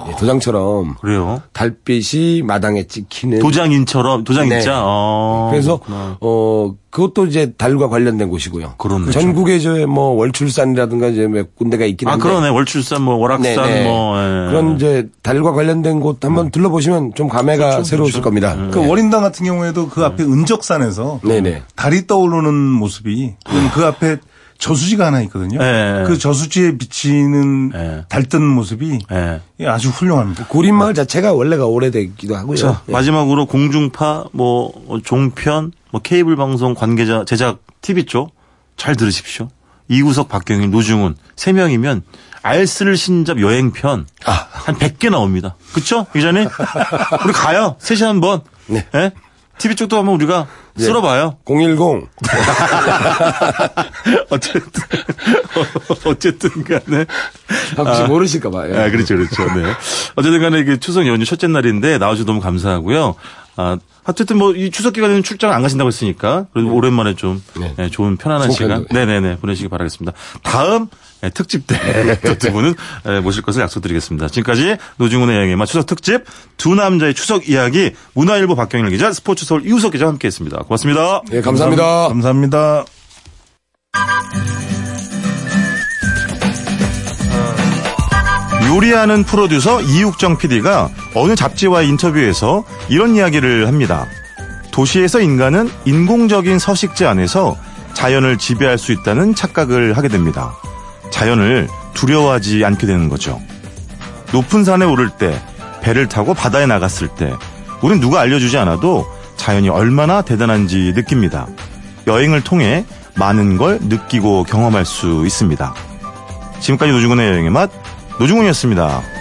D: 예, 도장처럼
A: 그래요.
D: 달빛이 마당에 찍히는.
A: 도장인처럼 도장인자.
D: 네.
A: 아,
D: 그래서
A: 그렇구나.
D: 어 그것도 이제 달과 관련된 곳이고요.
A: 그렇네요. 그렇죠.
D: 전국에 저뭐 월출산이라든가 이제 몇 군데가 있긴
A: 아
D: 한데.
A: 그러네 월출산 뭐
D: 네,
A: 월악산
D: 네.
A: 뭐 예. 네.
D: 그런 이제 달과 관련된 곳 한번 둘러보시면 좀 감회가
A: 그렇죠,
D: 새로우실 겁니다.
A: 음.
C: 그 월인당 같은 경우에도 그 앞에 은적산에서
D: 네. 네네.
C: 달이 떠오르는 모습이 그럼 그 앞에 저수지가 하나 있거든요.
D: 네.
A: 예.
C: 그 저수지에 비치는
A: 예.
C: 달뜬 모습이
A: 예.
C: 아주 훌륭합니다.
D: 네. 고린마을 자체가 원래가 오래되기도 하고요.
A: 자
D: 예.
A: 마지막으로 공중파 뭐 어, 종편 뭐 케이블 방송 관계자 제작 TV 쪽 잘 들으십시오. 이구석, 박경일, 노중훈 세 명이면 알쓸 신잡 여행편
D: 아.
A: 한 100개 나옵니다. 그쵸? 기자님? 우리 가요. 셋이 한번.
D: 네.
A: 예? TV 쪽도 한번 우리가 쓸어봐요.
D: 010
A: 어쨌든 어쨌든 간에.
D: 혹시 모르실까 봐요.
A: 아, 그렇죠, 그렇죠. 네. 어쨌든 간에 이게 추석 연휴 첫째 날인데 나와주셔서 너무 감사하고요. 아, 어쨌든 뭐 이 추석 기간에는 출장 안 가신다고 했으니까 그래도 오랜만에 좀
D: 네.
A: 예, 좋은 편안한
D: 속편도.
A: 시간 네네네 보내시기 바라겠습니다. 다음 예, 특집 때 또 두 분은 예, 모실 것을 약속드리겠습니다. 지금까지 노중훈의 여행의 맛 추석 특집 두 남자의 추석 이야기 문화일보 박경일 기자 스포츠 서울 이우석 기자와 함께했습니다. 고맙습니다.
D: 예, 감사합니다.
C: 감사합니다.
A: 요리하는 프로듀서 이육정 PD가 어느 잡지와 인터뷰에서 이런 이야기를 합니다. 도시에서 인간은 인공적인 서식지 안에서 자연을 지배할 수 있다는 착각을 하게 됩니다. 자연을 두려워하지 않게 되는 거죠. 높은 산에 오를 때, 배를 타고 바다에 나갔을 때, 우린 누가 알려주지 않아도 자연이 얼마나 대단한지 느낍니다. 여행을 통해 많은 걸 느끼고 경험할 수 있습니다. 지금까지 노중훈의 여행의 맛, 노중훈이었습니다.